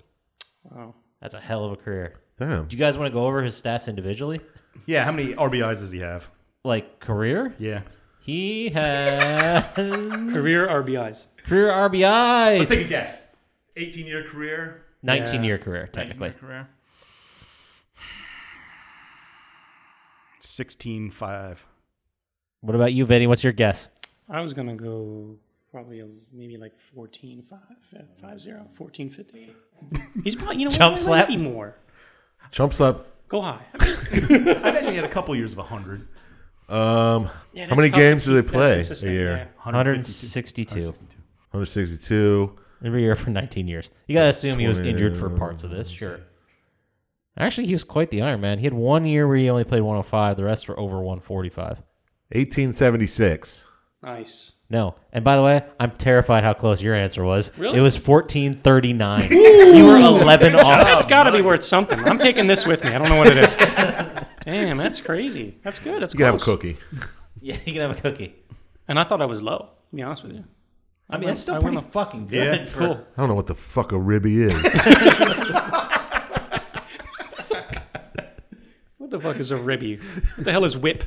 Wow.
That's a hell of a career.
Damn.
Do you guys want to go over his stats individually?
Yeah, how many RBIs does he have?
Like career?
Yeah.
He has
Career RBIs.
career
Let's
RBIs.
take a guess. 18 year career,
19 year career, technically.
19 career. 16 5.
What about you, Vinny? What's your guess?
I was gonna go probably a, maybe like 14, 5, 5 0, 14, 15. He's probably you know
Jump
what, I
slap.
might be more.
Chump slap.
Go high.
I imagine he had a couple years of 100.
Um,
Yeah,
how
that's
many
tough to
games do
keep
they
that
play a
consistent,
year?
yeah.
162.
162.
162.
Every year for 19 years. You gotta assume he was
20,
injured for parts of this, sure. Actually, he was quite the Iron Man. He had one year where he only played 105. The rest were over 145.
1876.
Nice.
No. And by the way, I'm terrified how close your answer was.
Really?
It was 1439. you were 11
Oh,
That's
off.
got to be worth something. I'm taking this with me. I don't know what it is. Damn, that's crazy. That's good. That's
You can have a
close.
cookie.
Yeah, you can have a cookie.
And I thought I was low. To be honest with you.
I mean, that's still
I
pretty
went
fucking good.
Yeah,
for-
Cool.
I don't know what the fuck a ribby is.
What the fuck is a ribby? What the hell is whip?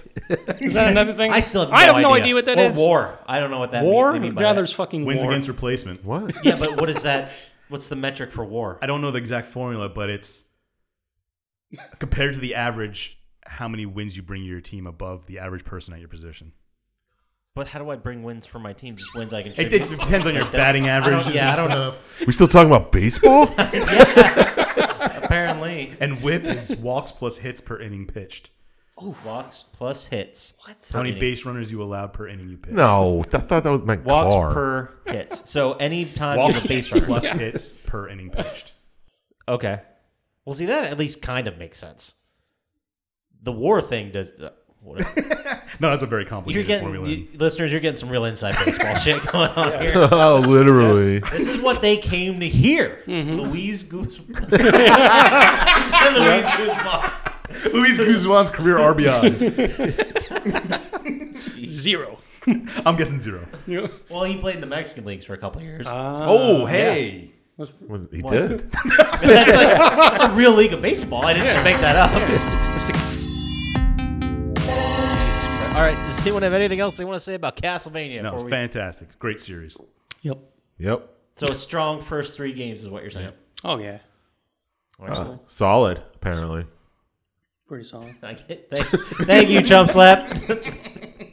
Is that another thing?
I still have no
I have
idea.
no idea what that
Or
is.
war. I don't know what that
War?
mean- they mean by
yeah,
that.
there's fucking
Wins
war.
against replacement.
what?
Yeah, but what is that? What's the metric for war?
I don't know the exact formula, but it's compared to the average, how many wins you bring your team above the average person at your position.
But how do I bring wins for my team? Just wins I can.
It,
It,
it depends on your batting average
yeah, I don't know.
We still talking about baseball?
Apparently,
and whip is walks plus hits per inning pitched.
walks plus hits. What?
How many base runners you allowed per inning you pitch?
no, I thought that was meant
walks
car.
per hits? So any time you
Walks
have a base runner.
plus hits per inning pitched.
Okay. Well, see that at least kind of makes sense. The war thing does. Uh, whatever.
No, that's a very
You're
complicated
getting
formula.
you, listeners. You're getting some real inside baseball shit going on here.
oh, literally.
This is what they came to hear. Louise Goose. Louise Guzman.
Luis Guzman's career RBIs.
Zero.
I'm guessing zero.
Well, he played in the Mexican leagues for a couple of years. Uh,
oh, hey.
Was, he did.
that's, like, that's a real league of baseball. I didn't just make that up. All right, does anyone have anything else they want to say about Castlevania?
No,
before we-
fantastic. Great series.
Yep.
Yep.
so a strong first three games is what you're saying.
Oh yeah.
Uh, Solid, apparently.
Pretty solid.
I get- thank, thank you, Chump Slap.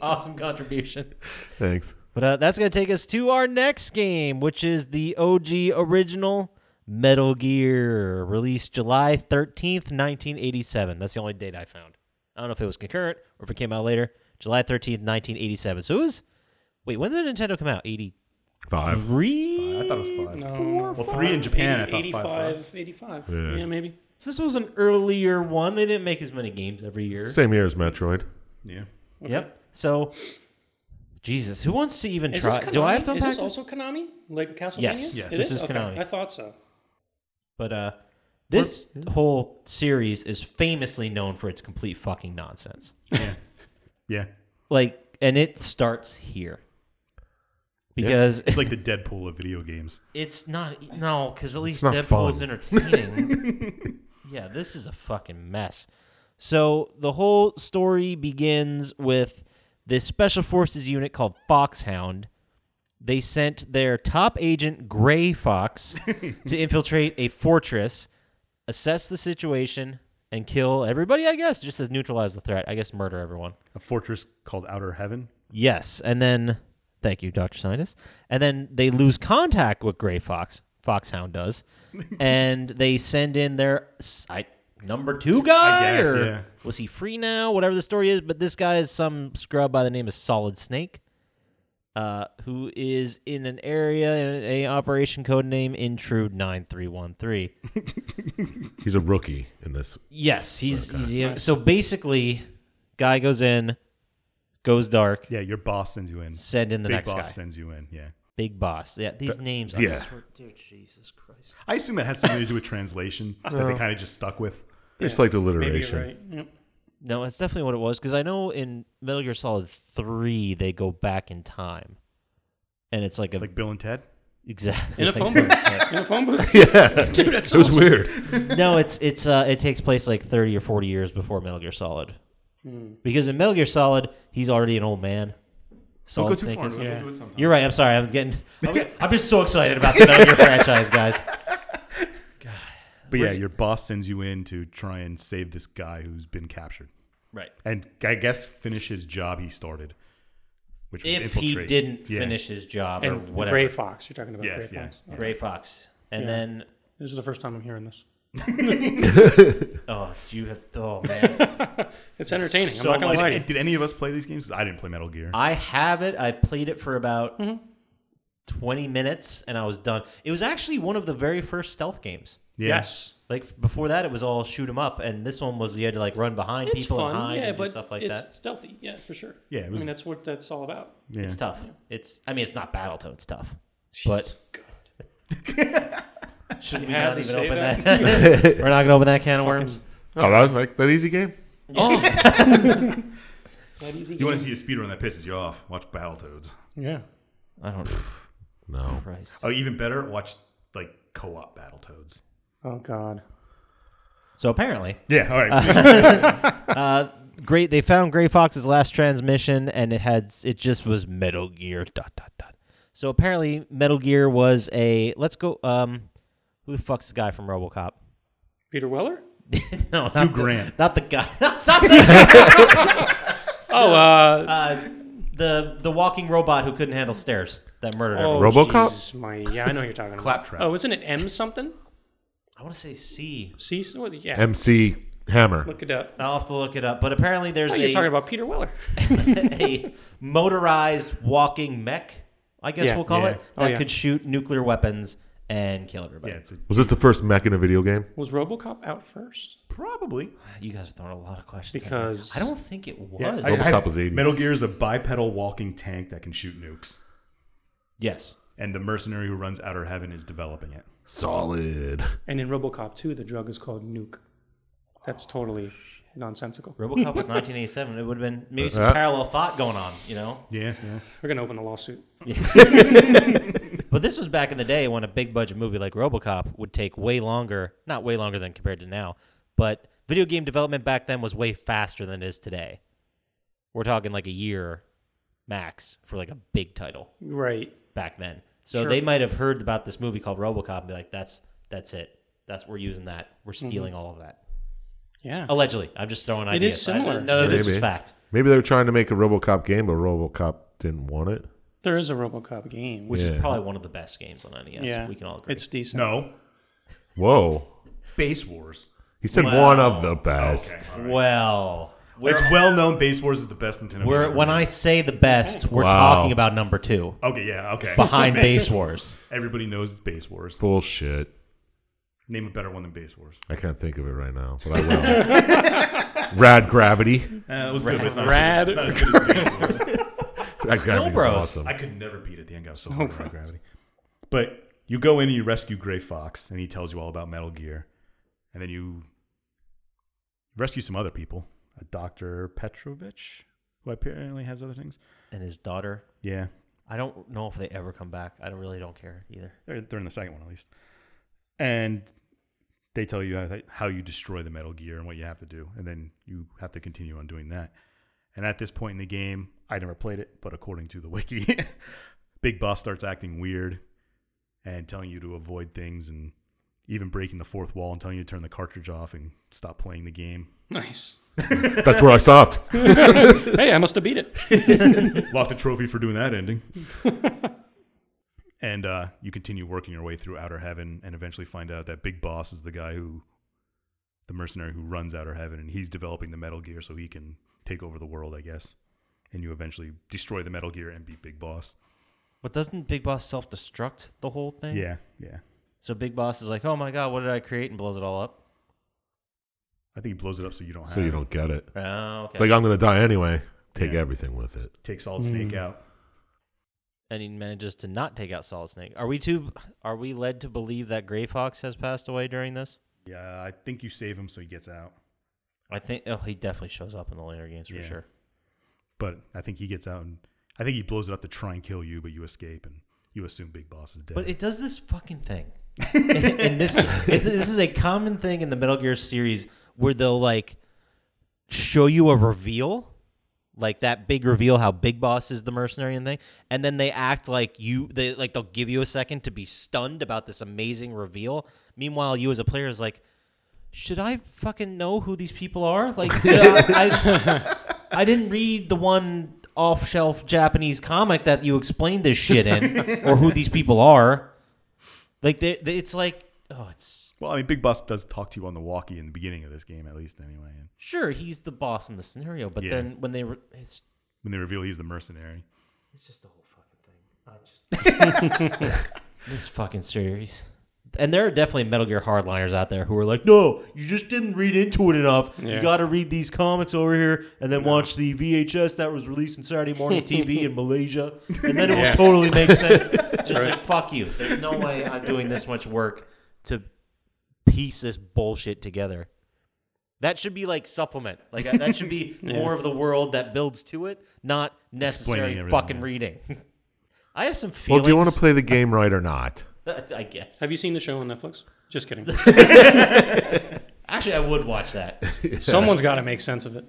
awesome contribution.
Thanks.
But uh, that's going to take us to our next game, which is the OG original Metal Gear, released July 13th, 1987. That's the only date I found. I don't know if it was concurrent or if it came out later. July 13th, 1987. So it was. Wait, when did Nintendo come out? 83?
I
Five.
thought it was five.
No.
Well, three in Japan, I thought five for us.
85, 85.
Yeah.
Um, Yeah. maybe.
So this was an earlier one. They didn't make as many games every year.
Same year as Metroid.
Yeah.
Yep. So, Jesus, who wants to even
Is
try?
this Konami?
Do I have to
Is
unpack
this also Konami? Like Castlevania?
Yes.
Yes.
It
This
is
Okay,
Konami.
I thought so.
But uh, this whole series is famously known for its complete fucking nonsense.
Yeah.
Like, and it starts here because
It's like the Deadpool of video games.
it's not no, because at least
not
Deadpool is
fun.
entertaining. yeah, this is a fucking mess. So the whole story begins with this special forces unit called Foxhound. They sent their top agent Gray Fox to infiltrate a fortress, assess the situation, and kill everybody. I guess just as neutralize the threat. I guess murder everyone.
A fortress called Outer Heaven.
Yes, and then thank you, Doctor Scientist. And then they lose contact with Gray Fox. Foxhound does, and they send in their s- I, number two guy.
guess,
or
yeah.
Was he free now? Whatever the story is, but this guy is some scrub by the name of Solid Snake, uh, who is in an area in a operation code name Intrude Nine Three One Three.
He's a rookie in this.
Yes, he's, he's yeah, so basically, guy goes in, goes dark.
Yeah, your boss sends you in.
Send in the
Big
next
boss
guy.
sends you in. Yeah.
Big Boss. Yeah, these names. I
yeah.
swear- dude, Jesus Christ.
I assume that has something to do with translation that they kind of just stuck with.
There's like
Maybe
alliteration.
you're right. Yep.
No, that's definitely what it was because I know in Metal Gear Solid Three they go back in time, and it's like a
Like Bill and Ted.
exactly
In a
like
phone
that.
booth. In a phone booth.
Yeah.
Dude, that's
It was
awesome.
weird.
no, it's it's uh, it takes place like thirty or forty years before Metal Gear Solid,
Hmm.
because in Metal Gear Solid he's already an old man.
Don't
Solid
go too
Snake
far.
is-
We'll
yeah.
do it sometime.
You're right. I'm sorry. I'm getting. I'm, I'm just so excited about the Metal Gear franchise, guys.
But yeah, your boss sends you in to try and save this guy who's been captured
Right.
and I guess finish his job he started. which was
If
infiltrate.
he didn't
Yeah.
finish his job or
And
whatever.
Gray Fox, you're talking about
Yes,
Gray
yeah.
Fox.
Gray Fox. And then,
This is the first time I'm hearing this.
oh, you have, oh, man.
It's entertaining.
so
I'm not gonna
much-
lie. to you.
Did, did any of us play these games? 'Cause I didn't play Metal Gear.
I have it. I played it for about
Mm-hmm.
20 minutes and I was done. It was actually one of the very first stealth games.
Yeah.
Yes.
Like before that, it was all shoot 'em up, and this one was you had to like run behind
It's
people and
fun,
hide
yeah,
and do
but
stuff like
it's
that.
stealthy, yeah, for sure.
Yeah, it
I
was-
mean that's what that's all about.
Yeah.
It's tough. It's I mean it's not Battletoads tough, but should we
had
not
to
even
say
open that?
that?
We're not gonna open that can of worms.
Oh, that was like that easy game.
Oh,
That easy.
You want to see a speedrun that pisses you off? Watch Battletoads.
yeah.
I don't. know.
No,
Christ.
Oh, even better, watch like co-op Battletoads.
Oh God.
So apparently,
Yeah. All right.
great. They found Gray Fox's last transmission, and it had it just was Metal Gear. Dot dot dot. So apparently, Metal Gear was a let's go. Um, who the fuck's the guy from RoboCop?
Peter Weller?
no, not
Hugh
the-
Grant.
Not the guy. Stop that.
Oh, uh,
Uh, the the walking robot who couldn't handle stairs that murdered
oh
everyone.
RoboCop?
Jesus, my, yeah, I know who you're talking about.
Claptrap.
Oh, isn't it M something?
I want to say C.
C? what- Yeah.
MC Hammer.
Look it up.
I'll have to look it up. But apparently, there's
Oh,
a,
you're talking about Peter Weller.
a motorized walking mech. I guess
Yeah.
we'll call
Yeah.
it
Oh,
that
yeah.
could shoot nuclear weapons and kill everybody.
yeah. It's a,
Was this the first mech in a video game?
Was RoboCop out first?
probably.
You guys are throwing a lot of questions. at me.
Because-
I don't think it was.
Yeah.
RoboCop was 80s.
Metal Gear is the bipedal walking tank that can shoot nukes,
yes.
and the mercenary who runs Outer Heaven is developing it.
Solid.
And in RoboCop 2, the drug is called Nuke. That's totally nonsensical.
RoboCop was 1987. It would have been maybe some
Uh,
parallel thought going on, you know.
Yeah. Yeah.
We're gonna open a lawsuit.
But this was back in the day when a big budget movie like RoboCop would take way longer, not way longer than compared to now, but video game development back then was way faster than it is today. We're talking like a year max for like a big title
Right.
back then. So
Sure.
they might have heard about this movie called RoboCop and be like that's that's it. That's we're using that. We're stealing all of that.
Yeah.
Allegedly. I'm just throwing
Mm-hmm. It
ideas.
is
I-
similar.
none of this is
Maybe.
fact.
Maybe they were trying to make a RoboCop game, but RoboCop didn't want it.
There is a RoboCop game.
Which
Yeah.
is probably one of the best games on NES. We can all agree.
It's decent.
No.
Whoa.
Base Wars.
He said
Wow.
one of the best.
Okay.
well,
It's well known. Base Wars is the best Nintendo.
We're,
game.
when I say the best, we're
Wow.
talking about number two
Okay. Yeah. Okay.
behind Base Wars.
Everybody knows it's Base Wars.
Bullshit.
Name a better one than Base Wars.
I can't think of it right now, but I will. Rad Gravity.
Uh, it was good. But it's not
Rad-
It's not as good as Base Wars.
Rad Gravity was
Bros.
awesome.
I could never beat at the end. I was so hard on gravity. But you go in and you rescue Gray Fox, and he tells you all about Metal Gear, and then you rescue some other people, a Doctor Petrovich, who apparently has other things.
And his daughter.
Yeah,
I don't know if they ever come back. I don't really don't care either.
they're, they're in the second one at least, and they tell you how, how you destroy the Metal Gear and what you have to do, and then you have to continue on doing that. And at this point in the game, I never played it, but according to the wiki, Big Boss starts acting weird and telling you to avoid things and even breaking the fourth wall and telling you to turn the cartridge off and stop playing the game.
Nice.
That's where I stopped.
hey, I must have beat it.
Locked a trophy for doing that ending. and uh, you continue working your way through Outer Heaven and eventually find out that Big Boss is the guy who, the mercenary who runs Outer Heaven, and he's developing the Metal Gear so he can take over the world, I guess. And you eventually destroy the Metal Gear and beat Big Boss.
But doesn't Big Boss self destruct the whole thing?
Yeah, yeah.
So Big Boss is like, oh my God, what did I create? And blows it all up.
I think he blows it up so you don't
So
have
you
it.
don't get it.
Oh, okay.
It's like, I'm going to die anyway. Take
Yeah.
everything with it.
Take Solid Snake out.
and he manages to not take out Solid Snake. Are we too? Are we led to believe that Gray Fox has passed away during this?
Yeah, I think you save him so he gets out.
I think. Oh, he definitely shows up in the later games for
Yeah.
sure.
But I think he gets out and I think he blows it up to try and kill you, but you escape and you assume Big Boss is dead.
But it does this fucking thing. in this, it, this is a common thing in the Metal Gear series where they'll like show you a reveal, like that big reveal, how Big Boss is the mercenary and thing, and then they act like you, they like they'll give you a second to be stunned about this amazing reveal. Meanwhile, you as a player is like, should I fucking know who these people are? Like, did I, I, I didn't read the one off-shelf Japanese comic that you explained this shit in, or who these people are. Like they, they- it's like, oh, it's
Well, I mean, Big Boss does talk to you on the walkie in the beginning of this game, at least anyway. And
sure he's the boss in the scenario, but
Yeah.
then when they, re- it's
when they reveal he's the mercenary,
It's just the whole fucking thing. this fucking series. And there are definitely Metal Gear hardliners out there who are like, no, you just didn't read into it enough. You
Yeah.
got to read these comics over here and then watch the VHS that was released on Saturday morning TV in Malaysia. And then it will totally make sense. It's like, fuck you. There's no way I'm doing this much work to piece this bullshit together. That should be like supplement. Like that should be more of the world that builds to it, not
Explaining
necessary
everything,
fucking
yeah.
reading. I have some
Well,
feelings.
do you want to play the game right or not?
I guess.
Have you seen the show on Netflix? Just kidding.
Actually, I would watch that.
Someone's got to make sense of it.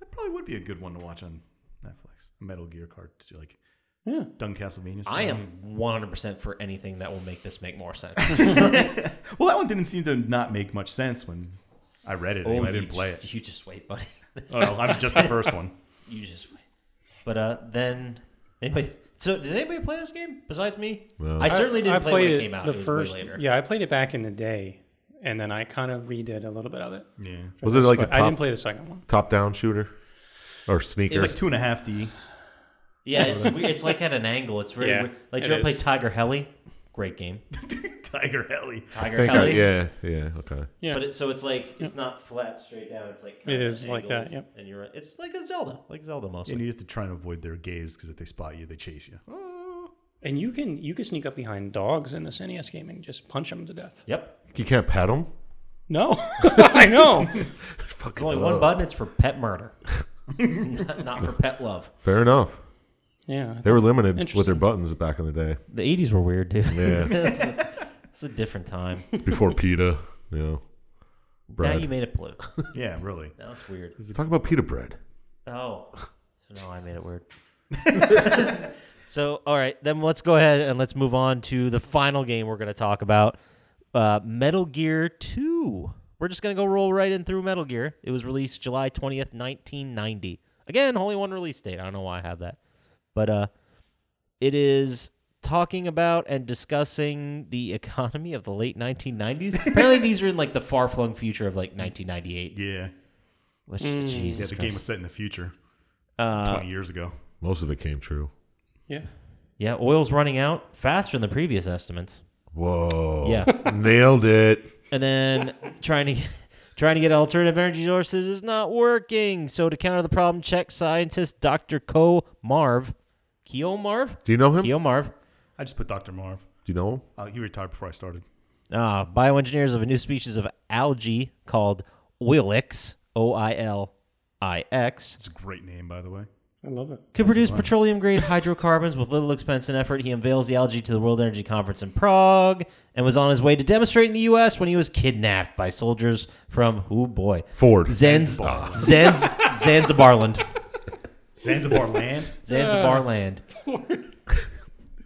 that probably would be a good one to watch on Netflix. Metal Gear card, like done Castlevania. Style.
I am 100% for anything that will make this make more sense.
Well, that one didn't seem to not make much sense when I read it. anyway. I
you
didn't play
just-
it.
You just wait, buddy.
Oh no, I'm just the first one.
you just wait. But uh, then anybody. So did anybody play this game besides me?
No.
I certainly didn't play when it came out.
The
it was way
first,
later.
yeah, I played it back in the day, and then I kind of redid a little bit of it.
Yeah,
Was it like a
But I didn't
top
play the second one.
top down shooter or
it's
sneaker?
like two and a half D.
Yeah, it's weird. it's like at an angle. It's really
Yeah,
weird. like
it
you ever play
is.
Tiger Heli? Great game.
Tiger Helly.
I
Tiger
think I-
Heli.
yeah, yeah, okay.
Yeah,
But it, so it's like it's not flat straight down. It's like
It is like that,
Yeah.
yep.
And you're right. It's like a Zelda, like Zelda
And
mostly.
you have to try and avoid their gaze because if they spot you, they chase you.
and you can you can sneak up behind dogs in this NES game and just punch them to death.
Yep.
You can't pet them.
No, I know.
There's only one button. It's for pet murder, not, not for pet love.
Fair enough.
Yeah,
They were limited with their
Interesting.
buttons back in the day.
The '80s were weird, dude.
Yeah,
it's, a, it's a different time.
before PETA. You know,
Now
bread.
you made it blue.
Yeah, really.
Now it's weird.
Talk about pita bread.
Oh, no, I made it weird. so, all right, then let's go ahead and let's move on to the final game we're going to talk about uh, Metal Gear 2. We're just going to go roll right in through Metal Gear. It was released July 20th, 1990. Again, only one release date. I don't know why I have that. But uh, it is talking about and discussing the economy of the late 1990s. Apparently, these are in like the far flung future of like 1998.
Yeah,
Which,
yeah.
Jesus
The
Christ.
game was set in the future,
Uh,
twenty years ago.
Most of it came true.
yeah.
Yeah, oil's running out faster than the previous estimates.
Whoa.
Yeah.
Nailed it.
And then trying to trying to get alternative energy sources is not working. So to counter the problem, Czech scientist Dr. Ko Marv, Keo Marv,
Do you know him?
Keo Marv,
I just put Doctor Marv.
Do you know him?
Uh, he retired before I started.
uh, bioengineers of a new species of algae called Oilix, O I L I X,
It's a great name, by the way.
I love it.
Could produce petroleum grade hydrocarbons with little expense and effort. He unveils the algae to the World Energy Conference in Prague and was on his way to demonstrate in the U.S. when he was kidnapped by soldiers from, oh boy,
Ford.
Zanz, Zanz, Zanzibarland.
Zanzibar Land.
Zanzibarland.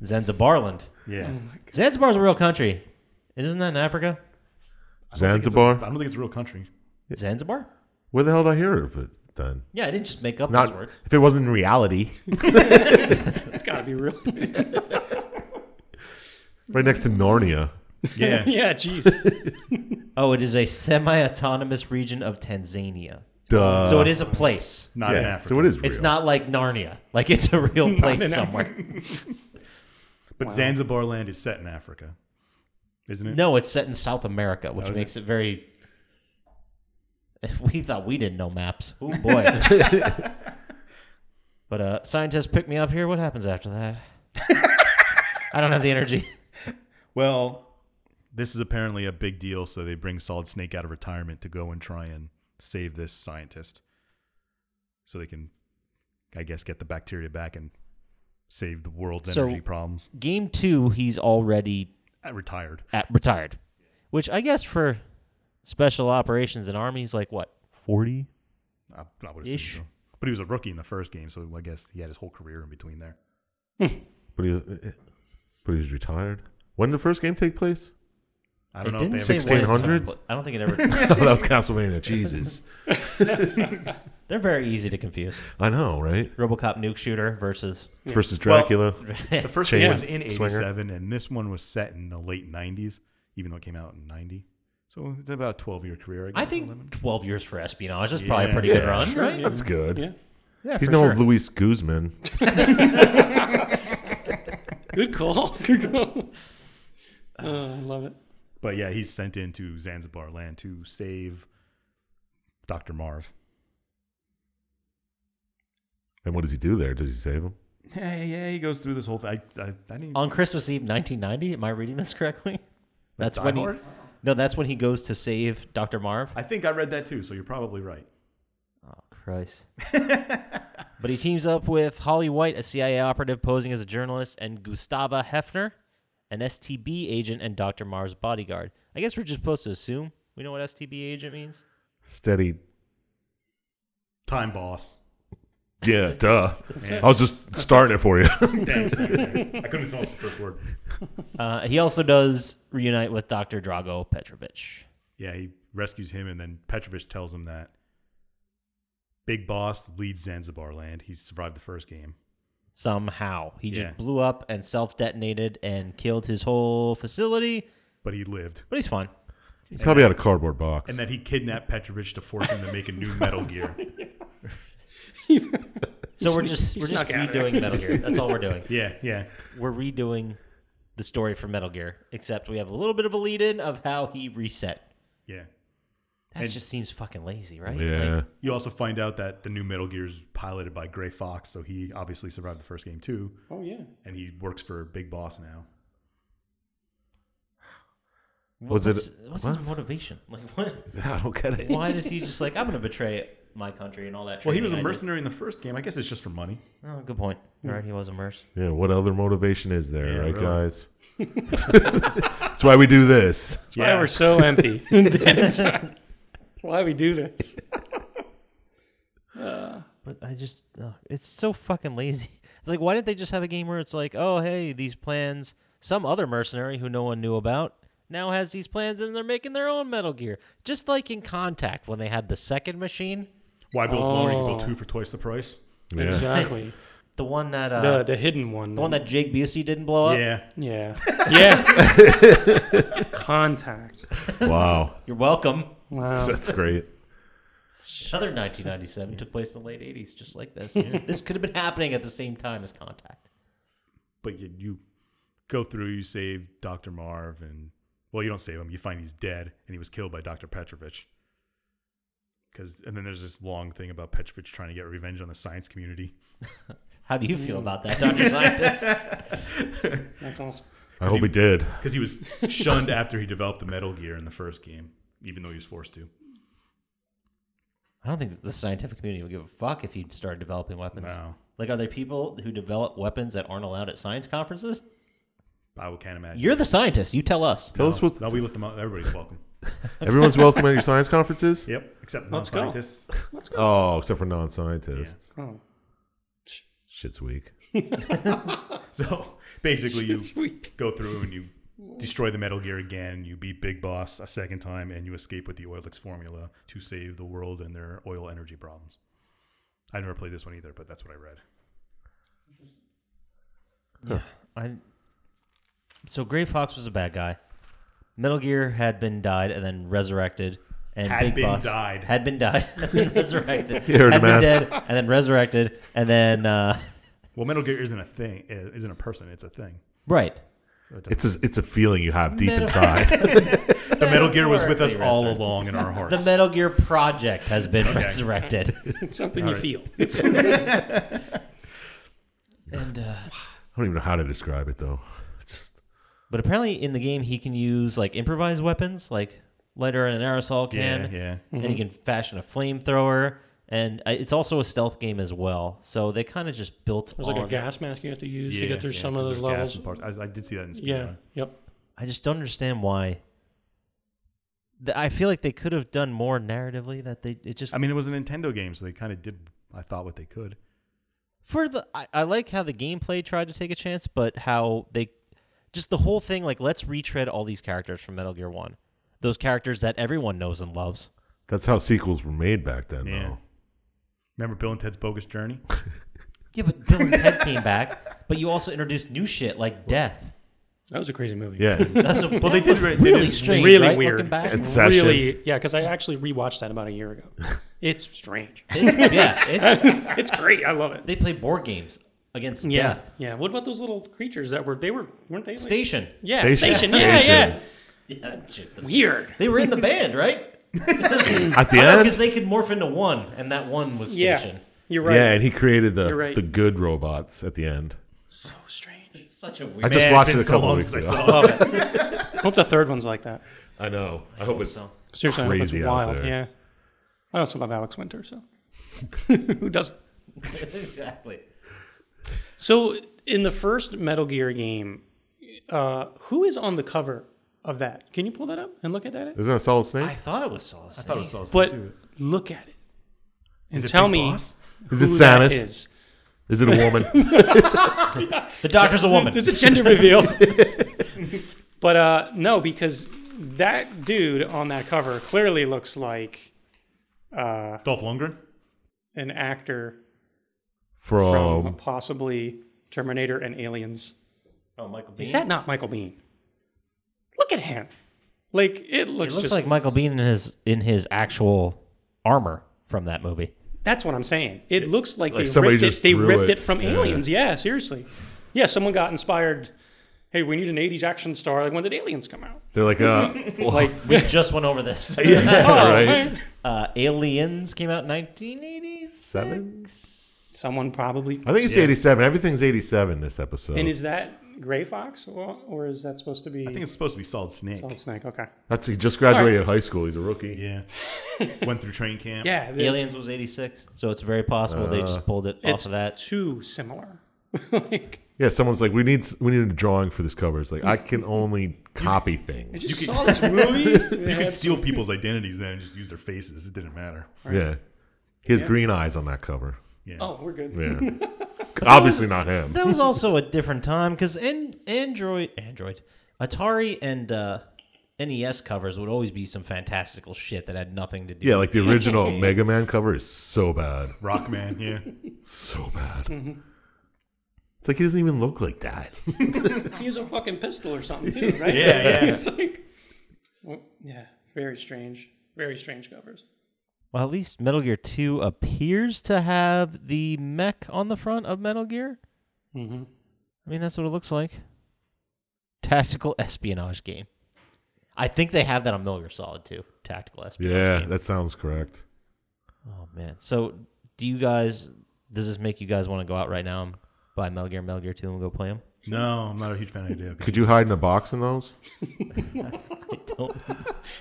Zanzibarland.
Yeah.
Zanzibar's a real country. Isn't that in Africa?
I
Zanzibar.
don't think it's a real country.
Zanzibar?
Where the hell did I hear of it then?
Yeah, I didn't just make up those
Not
words.
if it wasn't in reality.
It's got to be real.
Right next to Narnia.
Yeah.
yeah, jeez.
Oh, it is a semi-autonomous region of Tanzania.
Duh.
so it is a place.
Not
Yeah,
in Africa.
So it is Uh, real.
It's not like Narnia. Like it's a real place somewhere.
But Zanzibar Land is set in Africa, isn't it?
No, it's set in South America, which makes it, very. We thought we didn't know maps. Oh boy. but uh, scientists pick me up here. What happens after that? I don't have the energy.
Well, this is apparently a big deal, so they bring Solid Snake out of retirement to go and try and save this scientist. So they can, I guess, get the bacteria back and save the world's
So-
energy problems.
Game two, he's already
I retired.
at retired, which I guess for special operations and armies, like what forty?
I, I would assume
Ish.
so. But he was a rookie in the first game, so I guess he had his whole career in between there.
But he, but he's retired. When did the first game take place?
I don't
It
know if they
didn't
have
say when it's
1600s?
time, but I don't think it ever.
oh, that was Castlevania. Jesus.
They're very easy to confuse.
I know, right?
RoboCop nuke shooter versus
Versus Dracula.
The first
Chain
one was in
Swinger.
'87, and this one was set in the late '90s, even though it came out in '90. So it's about a 12-year career. I, guess.
I think 12 years for espionage is probably a
Yeah.
pretty good
Yeah,
run,
sure,
right?
That's good.
Yeah.
Yeah,
He's
for
no
sure.
Luis Guzman.
Good call. Good call. Oh, I love it.
But yeah, he's sent into Zanzibar land to save Doctor Marv.
And what does he do there? Does he save him?
Yeah, yeah, he goes through this whole thing. I, I, I didn't
On Christmas Eve 1990, am I reading this correctly? That's
Die
when he,
Hard?
No, that's when he goes to save Dr. Marv.
I think I read that too, so you're probably right.
Oh, Christ. but he teams up with Holly White, a CIA operative posing as a journalist, and Gustava Hefner, an STB agent and Dr. Marv's bodyguard. I guess we're just supposed to assume we know what STB agent means.
Steady.
Time boss.
Yeah, duh. I was just starting it for you.
Thanks. thanks. I couldn't come up with the first word.
Uh, he also does reunite with Dr. Drago Petrovich.
Yeah, he rescues him, and then Petrovich tells him that Big Boss leads Zanzibar land. He survived the first game.
Somehow. He
Yeah.
just blew up and self detonated and killed his whole facility,
but he lived.
but he's fine.
It's probably out of cardboard box.
And that he kidnapped Petrovich to force him to make a new Metal Gear.
So we're just we're just
snuck out of there.
redoing Metal Gear. That's all we're doing.
Yeah, yeah.
We're redoing the story for Metal Gear, except we have a little bit of a lead in of how he reset.
Yeah.
That just seems fucking lazy, right?
yeah.
Like,
You also find out that the new Metal Gear is piloted by Gray Fox, so he obviously survived the first game too,
Oh yeah.
and he works for Big Boss now.
what's,
Was it-
What's
what?
his motivation? Like, what?
I don't get it.
Why does he just like I'm gonna betray my country and all that?
Well, he was a
training I did."
mercenary in the first game. I guess it's just for money.
Oh, good point. All right, he was a merc.
Yeah, what other motivation is there,
Yeah,
right,
really.
guys? That's why we do this.
That's why we're so empty and dead inside. That's why we do this.
But I just, ugh, it's so fucking lazy. It's like, why didn't they just have a game where it's like, oh, hey, these plans, some other mercenary who no one knew about now has these plans and they're making their own Metal Gear. Just like in Contact when they had the second machine,
Why build one when you can build
Oh.
two for twice the price?
Yeah.
Exactly.
the one that, uh,
The the hidden one.
the one that Jake Busey didn't blow up.
Yeah.
Yeah. Yeah. Contact.
Wow.
You're welcome.
Wow.
That's great.
Another 1997 took place in the late 80s, just like this. This could have been happening at the same time as Contact.
But you, you go through, you save Dr. Marv, and well, you don't save him. You find he's dead, and he was killed by Dr. Petrovich. Because and then there's this long thing about Petrovich trying to get revenge on the science community.
How do you feel about that, Dr. Scientist?
That's awesome.
I hope he did.
Because he was shunned after he developed the Metal Gear in the first game, even though he was forced to.
I don't think the scientific community would give a fuck if you started developing weapons.
No,
Like, are there people who develop weapons that aren't allowed at science conferences?
I can't imagine.
You're the scientist. You tell us.
Tell us what
no, we let them out. Everybody's welcome.
everyone's welcome at your science conferences.
Yep, except non
Let's go.
scientists.
Oh, except for non-scientists.
Oh.
Shit's weak.
So basically, you
weak.
go through and you destroy the Metal Gear again. You beat Big Boss a second time, and you escape with the Oilix formula to save the world and their oil energy problems. I never played this one either, but that's what I read.
I. So Gray Fox was a bad guy. Metal Gear had been died and then resurrected. And
Had
Big
been
Boss
died.
Had been died. and then resurrected.
You heard
had
him,
been
man.
dead and then resurrected and then uh,
Well, Metal Gear isn't a thing, uh, isn't a person; it's a thing.
right.
So it doesn't-
It's a, it's a feeling you have deep
Metal-
inside.
the Metal Gear was with us
Metaphorically
all
resurrected.
along in our
The
hearts.
Metal Gear project has been resurrected.
It's something you feel.
and uh,
I don't even know how to describe it though. It's just
but apparently in the game he can use like improvised weapons like lighter and an aerosol can.
yeah, yeah.
and you can fashion a flamethrower. And I- it's also a stealth game as well. So they kind of just built
There's
on.
like a gas mask you have to use
yeah,
to get through
yeah,
some of
'cause
those
there's gas
levels.
and parts. I, I did see that in speedrun.
Yeah. Yep.
I just don't understand why. th- I feel like they could have done more narratively. That they it just
I mean, it was a Nintendo game, so they kind of did, I thought, what they could.
for the I, I like how the gameplay tried to take a chance, but how they just the whole thing like let's retread all these characters from Metal Gear One, those characters that everyone knows and loves.
that's how sequels were made back then
Yeah.
though.
Remember Bill and Ted's Bogus Journey?
Yeah, but Bill and Ted came back, but you also introduced new shit like death.
That was a crazy movie.
Yeah.
That's a, well,
they did re- they
really
did-
strange,
really
right?
weird.
Looking back,
and session.
Really, yeah, because I actually rewatched that about a year ago. It's strange.
It's- yeah, it's,
it's great. I love it.
they play board games against
Yeah,
death.
yeah. What about those little creatures that were? They were weren't they? Like,
Station.
Yeah,
Station.
station. Yeah, yeah.
Station.
Yeah, that shit does-
Weird.
They were in the band, right?
At the
Because
end.
they could morph into one, and that one was
Yeah,
station.
you're right.
Yeah, and he created the
You're right.
the good robots at the end.
So strange.
It's such a
I
weird.
just
Man, it's
watched it
been
a
so
couple
long
weeks
since I
ago.
I love it. hope the third one's like that.
I know. I hope it's.
so.
Seriously,
Crazy
I
out
hope it's wild.
there.
Yeah. I also love Alex Winter. So who doesn't?
exactly.
So in the first Metal Gear game, uh, who is on the cover of that? Can you pull that up and look at that?
Isn't that a solid
I
snake?
thought it was Solid Snake. I thought
But look at it and tell me
Is
who
it
that
Samus? Is.
is.
it a woman?
the doctor's a woman.
There's a gender reveal. but uh, no, because that dude on that cover clearly looks like uh,
Dolph Lundgren?
an actor
From.
from possibly Terminator and Aliens.
Oh, Michael Bean.
Is that not Michael Bean? Look at him. Like it
it
looks,
looks
just
like Michael Bean in his in his actual armor from that movie.
That's what I'm saying. It looks like,
Like
they
somebody
ripped
just
it. They
drew
ripped
it.
it, from
Yeah.
Aliens. Yeah, seriously. Yeah, someone got inspired. Hey, we need an '80s action star. Like when did Aliens come out?
They're like, uh,
Like,
We just went over this.
yeah,
oh
right?
man.
Uh, Aliens came out in 1980s.
Seven?
Someone probably.
I think it's 87. Everything's 87 this episode.
And is that Gray Fox, or, or is that supposed to be?
I think it's supposed to be Solid Snake.
Solid Snake. Okay.
That's he just graduated high school. He's a rookie.
Yeah. Went through train camp.
Yeah, the-
Aliens was 86, so it's very possible they just pulled it
it's
off of that.
too similar. like,
Yeah, someone's like, we need we need a drawing for this cover. It's like I can only copy things.
I just
could-
saw this movie.
You
Yeah.
could steal people's identities then and just use their faces. It didn't matter.
Yeah, he has green eyes on that cover.
Yeah.
oh, we're good.
Yeah, obviously not him.
That was also a different time because in Android, Android, Atari and uh, NES covers would always be some fantastical shit that had nothing to do.
Yeah, like the original Mega Man cover is so bad,
Rockman, yeah.
so bad. It's like he doesn't even look like that.
Use a fucking pistol or something too, right?
Yeah, yeah.
It's like, well, yeah, very strange, very strange covers.
Well, at least Metal Gear 2 appears to have the mech on the front of Metal Gear.
Mm-hmm.
I mean, that's what it looks like. Tactical espionage game. I think they have that on Metal Gear Solid too. Tactical espionage.
yeah,
game.
that sounds correct.
Oh man. So, do you guys? Does this make you guys want to go out right now and buy Metal Gear, and Metal Gear Two, and go play them?
No, I'm not a huge fan of Hideo. Kojima.
Could you hide in a box in those?
I don't.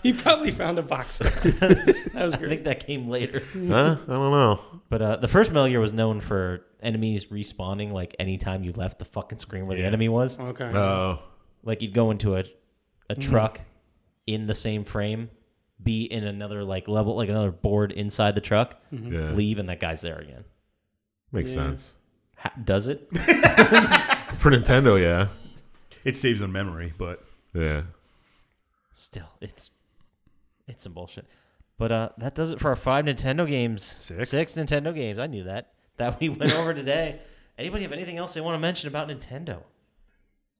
He probably found a box. that was
I
great.
think that came later.
huh? I don't know.
But uh, the first Metal Gear was known for enemies respawning like anytime you left the fucking screen where the
Yeah.
enemy was.
Okay.
Oh,
Like you'd go into a a truck in the same frame, be in another like level, like another board inside the truck,
yeah,
leave, and that guy's there again.
makes sense
Ha- does it?
for Nintendo. Yeah,
It saves on memory, but
yeah.
Still, it's it's some bullshit. But uh, that does it for our five Nintendo games.
Six.
Six Nintendo games. I knew that. That we went over today. Anybody have anything else they want to mention about Nintendo?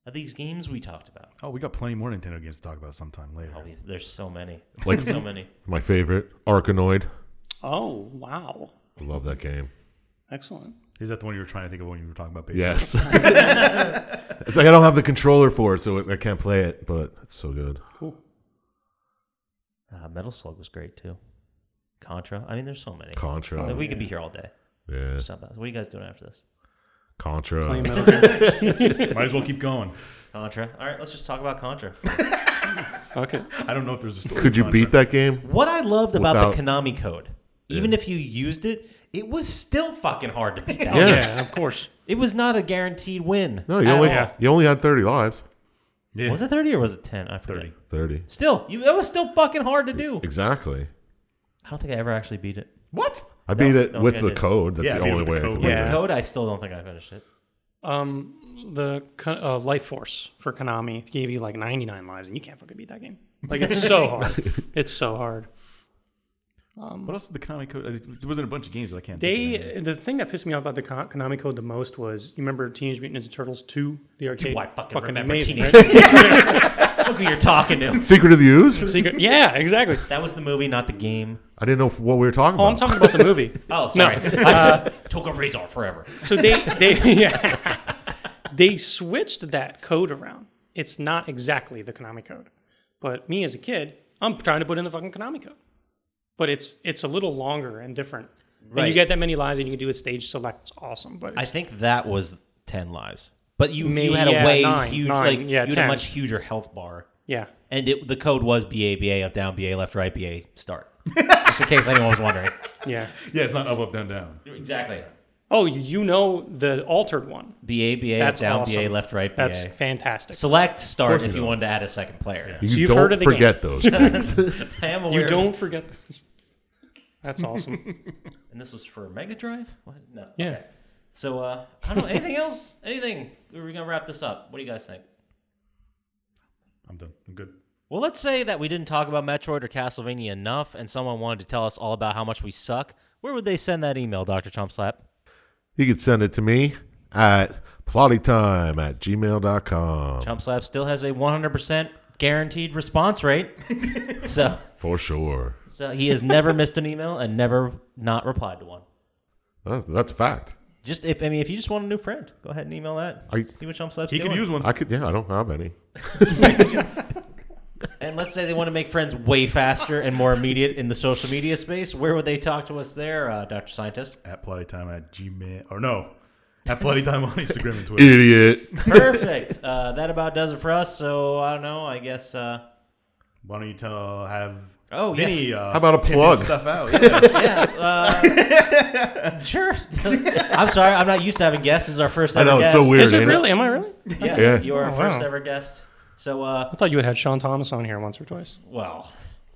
Of these games we talked about.
oh, we got plenty more Nintendo games to talk about sometime later.
Oh, There's so many.
Like-
so many.
My favorite, Arkanoid.
Oh wow,
I love that game.
excellent.
Is that the one you were trying to think of when you were talking about? baseball?
Yes. it's like I don't have the controller for it, so I can't play it, but it's so good.
Uh, Metal Slug was great too. Contra. I mean, there's so many.
Contra.
Like, we could be here all day.
yeah.
Something else. What are you guys doing after this?
Playing
Contra.
Metal Gear.
Might as well keep going.
Contra. All right, let's just talk about Contra.
Fuck it.
I don't know if there's a story.
Could you
Contra.
beat that game?
What I loved about the
Without-
Konami code, even if you used it, it was still fucking hard to beat that.
Yeah.
Oh, Yeah, of course.
It was not a guaranteed win.
No, you
at
only
all.
you only had thirty lives.
Yeah.
Was it 30 or was it 10? I forget.
30.
Thirty.
Still, you, that was still fucking hard to do.
Exactly.
I don't think I ever actually beat it.
What?
I beat it
don't
with
think I
the
did.
code. That's
Yeah, I
the
beat it
only
with the
way I
code.
could
With
win
Yeah.
the code, I still don't think I finished it.
Um, the Ko- uh, Life Force for Konami gave you like 99 lives, and you can't fucking beat that game. Like it's so hard. It's so hard.
What else did the Konami code? There wasn't a bunch of games that I can't. think of.
They the thing that pissed me off about the Kon- Konami code the most was you remember Teenage Mutant Ninja Turtles two the arcade
I fucking, remember
amazing,
teenage.
right?
Look who you're talking to.
Secret of the Ooze?
Secret- yeah exactly
That was the movie, not the game.
I didn't know f- what we were talking
oh I'm
about.
talking about the movie
Oh, sorry. Uh, took a razor forever.
so they they yeah they switched that code around it's not exactly the Konami code but me as a kid I'm trying to put in the fucking Konami code but it's it's a little longer and different and you
Right.
get that many lives and you can do a stage select it's awesome but
I
it's-
think that was ten lives. But you, you
Maybe,
had a
yeah,
way
nine,
huge
nine,
like
yeah,
you had
10.
a much huger health bar.
yeah
And it, the code was BABA up down BA left right BA start. Just in case anyone was wondering.
yeah
Yeah, it's not up, up, down, down.
Exactly.
oh you know the altered one
BA BA
That's
up down BA
awesome.
left right BA.
That's fantastic.
Select start if you wanted to add a second player.
You
So you've
don't
heard of the game.
forget those things.
I am aware.
you don't forget those. That's awesome.
And this was for Mega Drive? What? No.
yeah.
Okay. So uh, I don't know. Anything else? Anything? We're gonna wrap this up. What do you guys think?
I'm done. I'm good.
Well, let's say that we didn't talk about Metroid or Castlevania enough, and someone wanted to tell us all about how much we suck. Where would they send that email, Doctor Trumpslap?
you could send it to me at plottytime at gmail.com.
Trumpslap still has a 100% guaranteed response rate, so
For sure.
so he has never missed an email and never not replied to one.
That- That's a fact.
Just if I mean, if you just want a new friend, go ahead and email that.
I-
See what Trumpslap's
He
doing.
could use one.
I could, yeah, I don't have any.
And let's say they want to make friends way faster and more immediate in the social media space. Where would they talk to us there, uh, Dr. Scientist?
At Bloody Time at Gmail. Or no. At Bloody Time on Instagram and Twitter.
Idiot.
Perfect. Uh, that about does it for us. So I don't know. I guess. Uh,
Why don't you tell, have
Oh, yeah.
Vinny, uh,
How about a
pimp his
plug?
stuff out. Yeah.
yeah. Uh, sure. I'm sorry. I'm not used to having guests. This is our first
I
ever
know, it's
guest.
so weird.
Is it
ain't it?
really? Am I really?
Yes,
Yeah.
you are our
Oh,
first
wow.
ever guest. So, uh,
I thought you had had Sean Thomas on here once or twice.
well,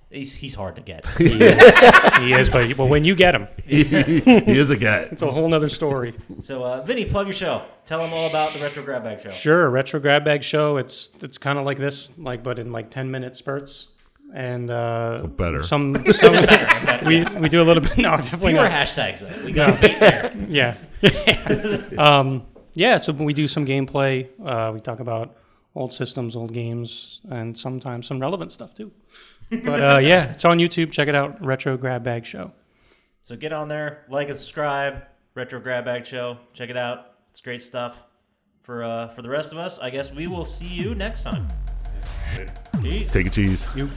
he's, he's hard to get.
He is, but, but when you get him, it's
he is a guy.
a whole nother story.
so, uh, Vinny, plug your show. Tell them all about the Retro Grab Bag Show.
Sure, retro grab bag show. It's it's kind of like this, like but in like ten minute spurts, and uh,
So better.
Some, some we we do a little bit. No, definitely
Fewer
not.
hashtags, though. We
No.
got beat there.
yeah. um, yeah, so we do some gameplay. Uh, we talk about old systems, old games, and sometimes some relevant stuff too. But uh, yeah, it's on YouTube. Check it out. Retro Grab Bag Show.
So get on there, like and subscribe. Retro Grab Bag Show. Check it out. It's great stuff. For uh, for the rest of us, I guess we will see you next time. Peace.
Take a cheese.
You.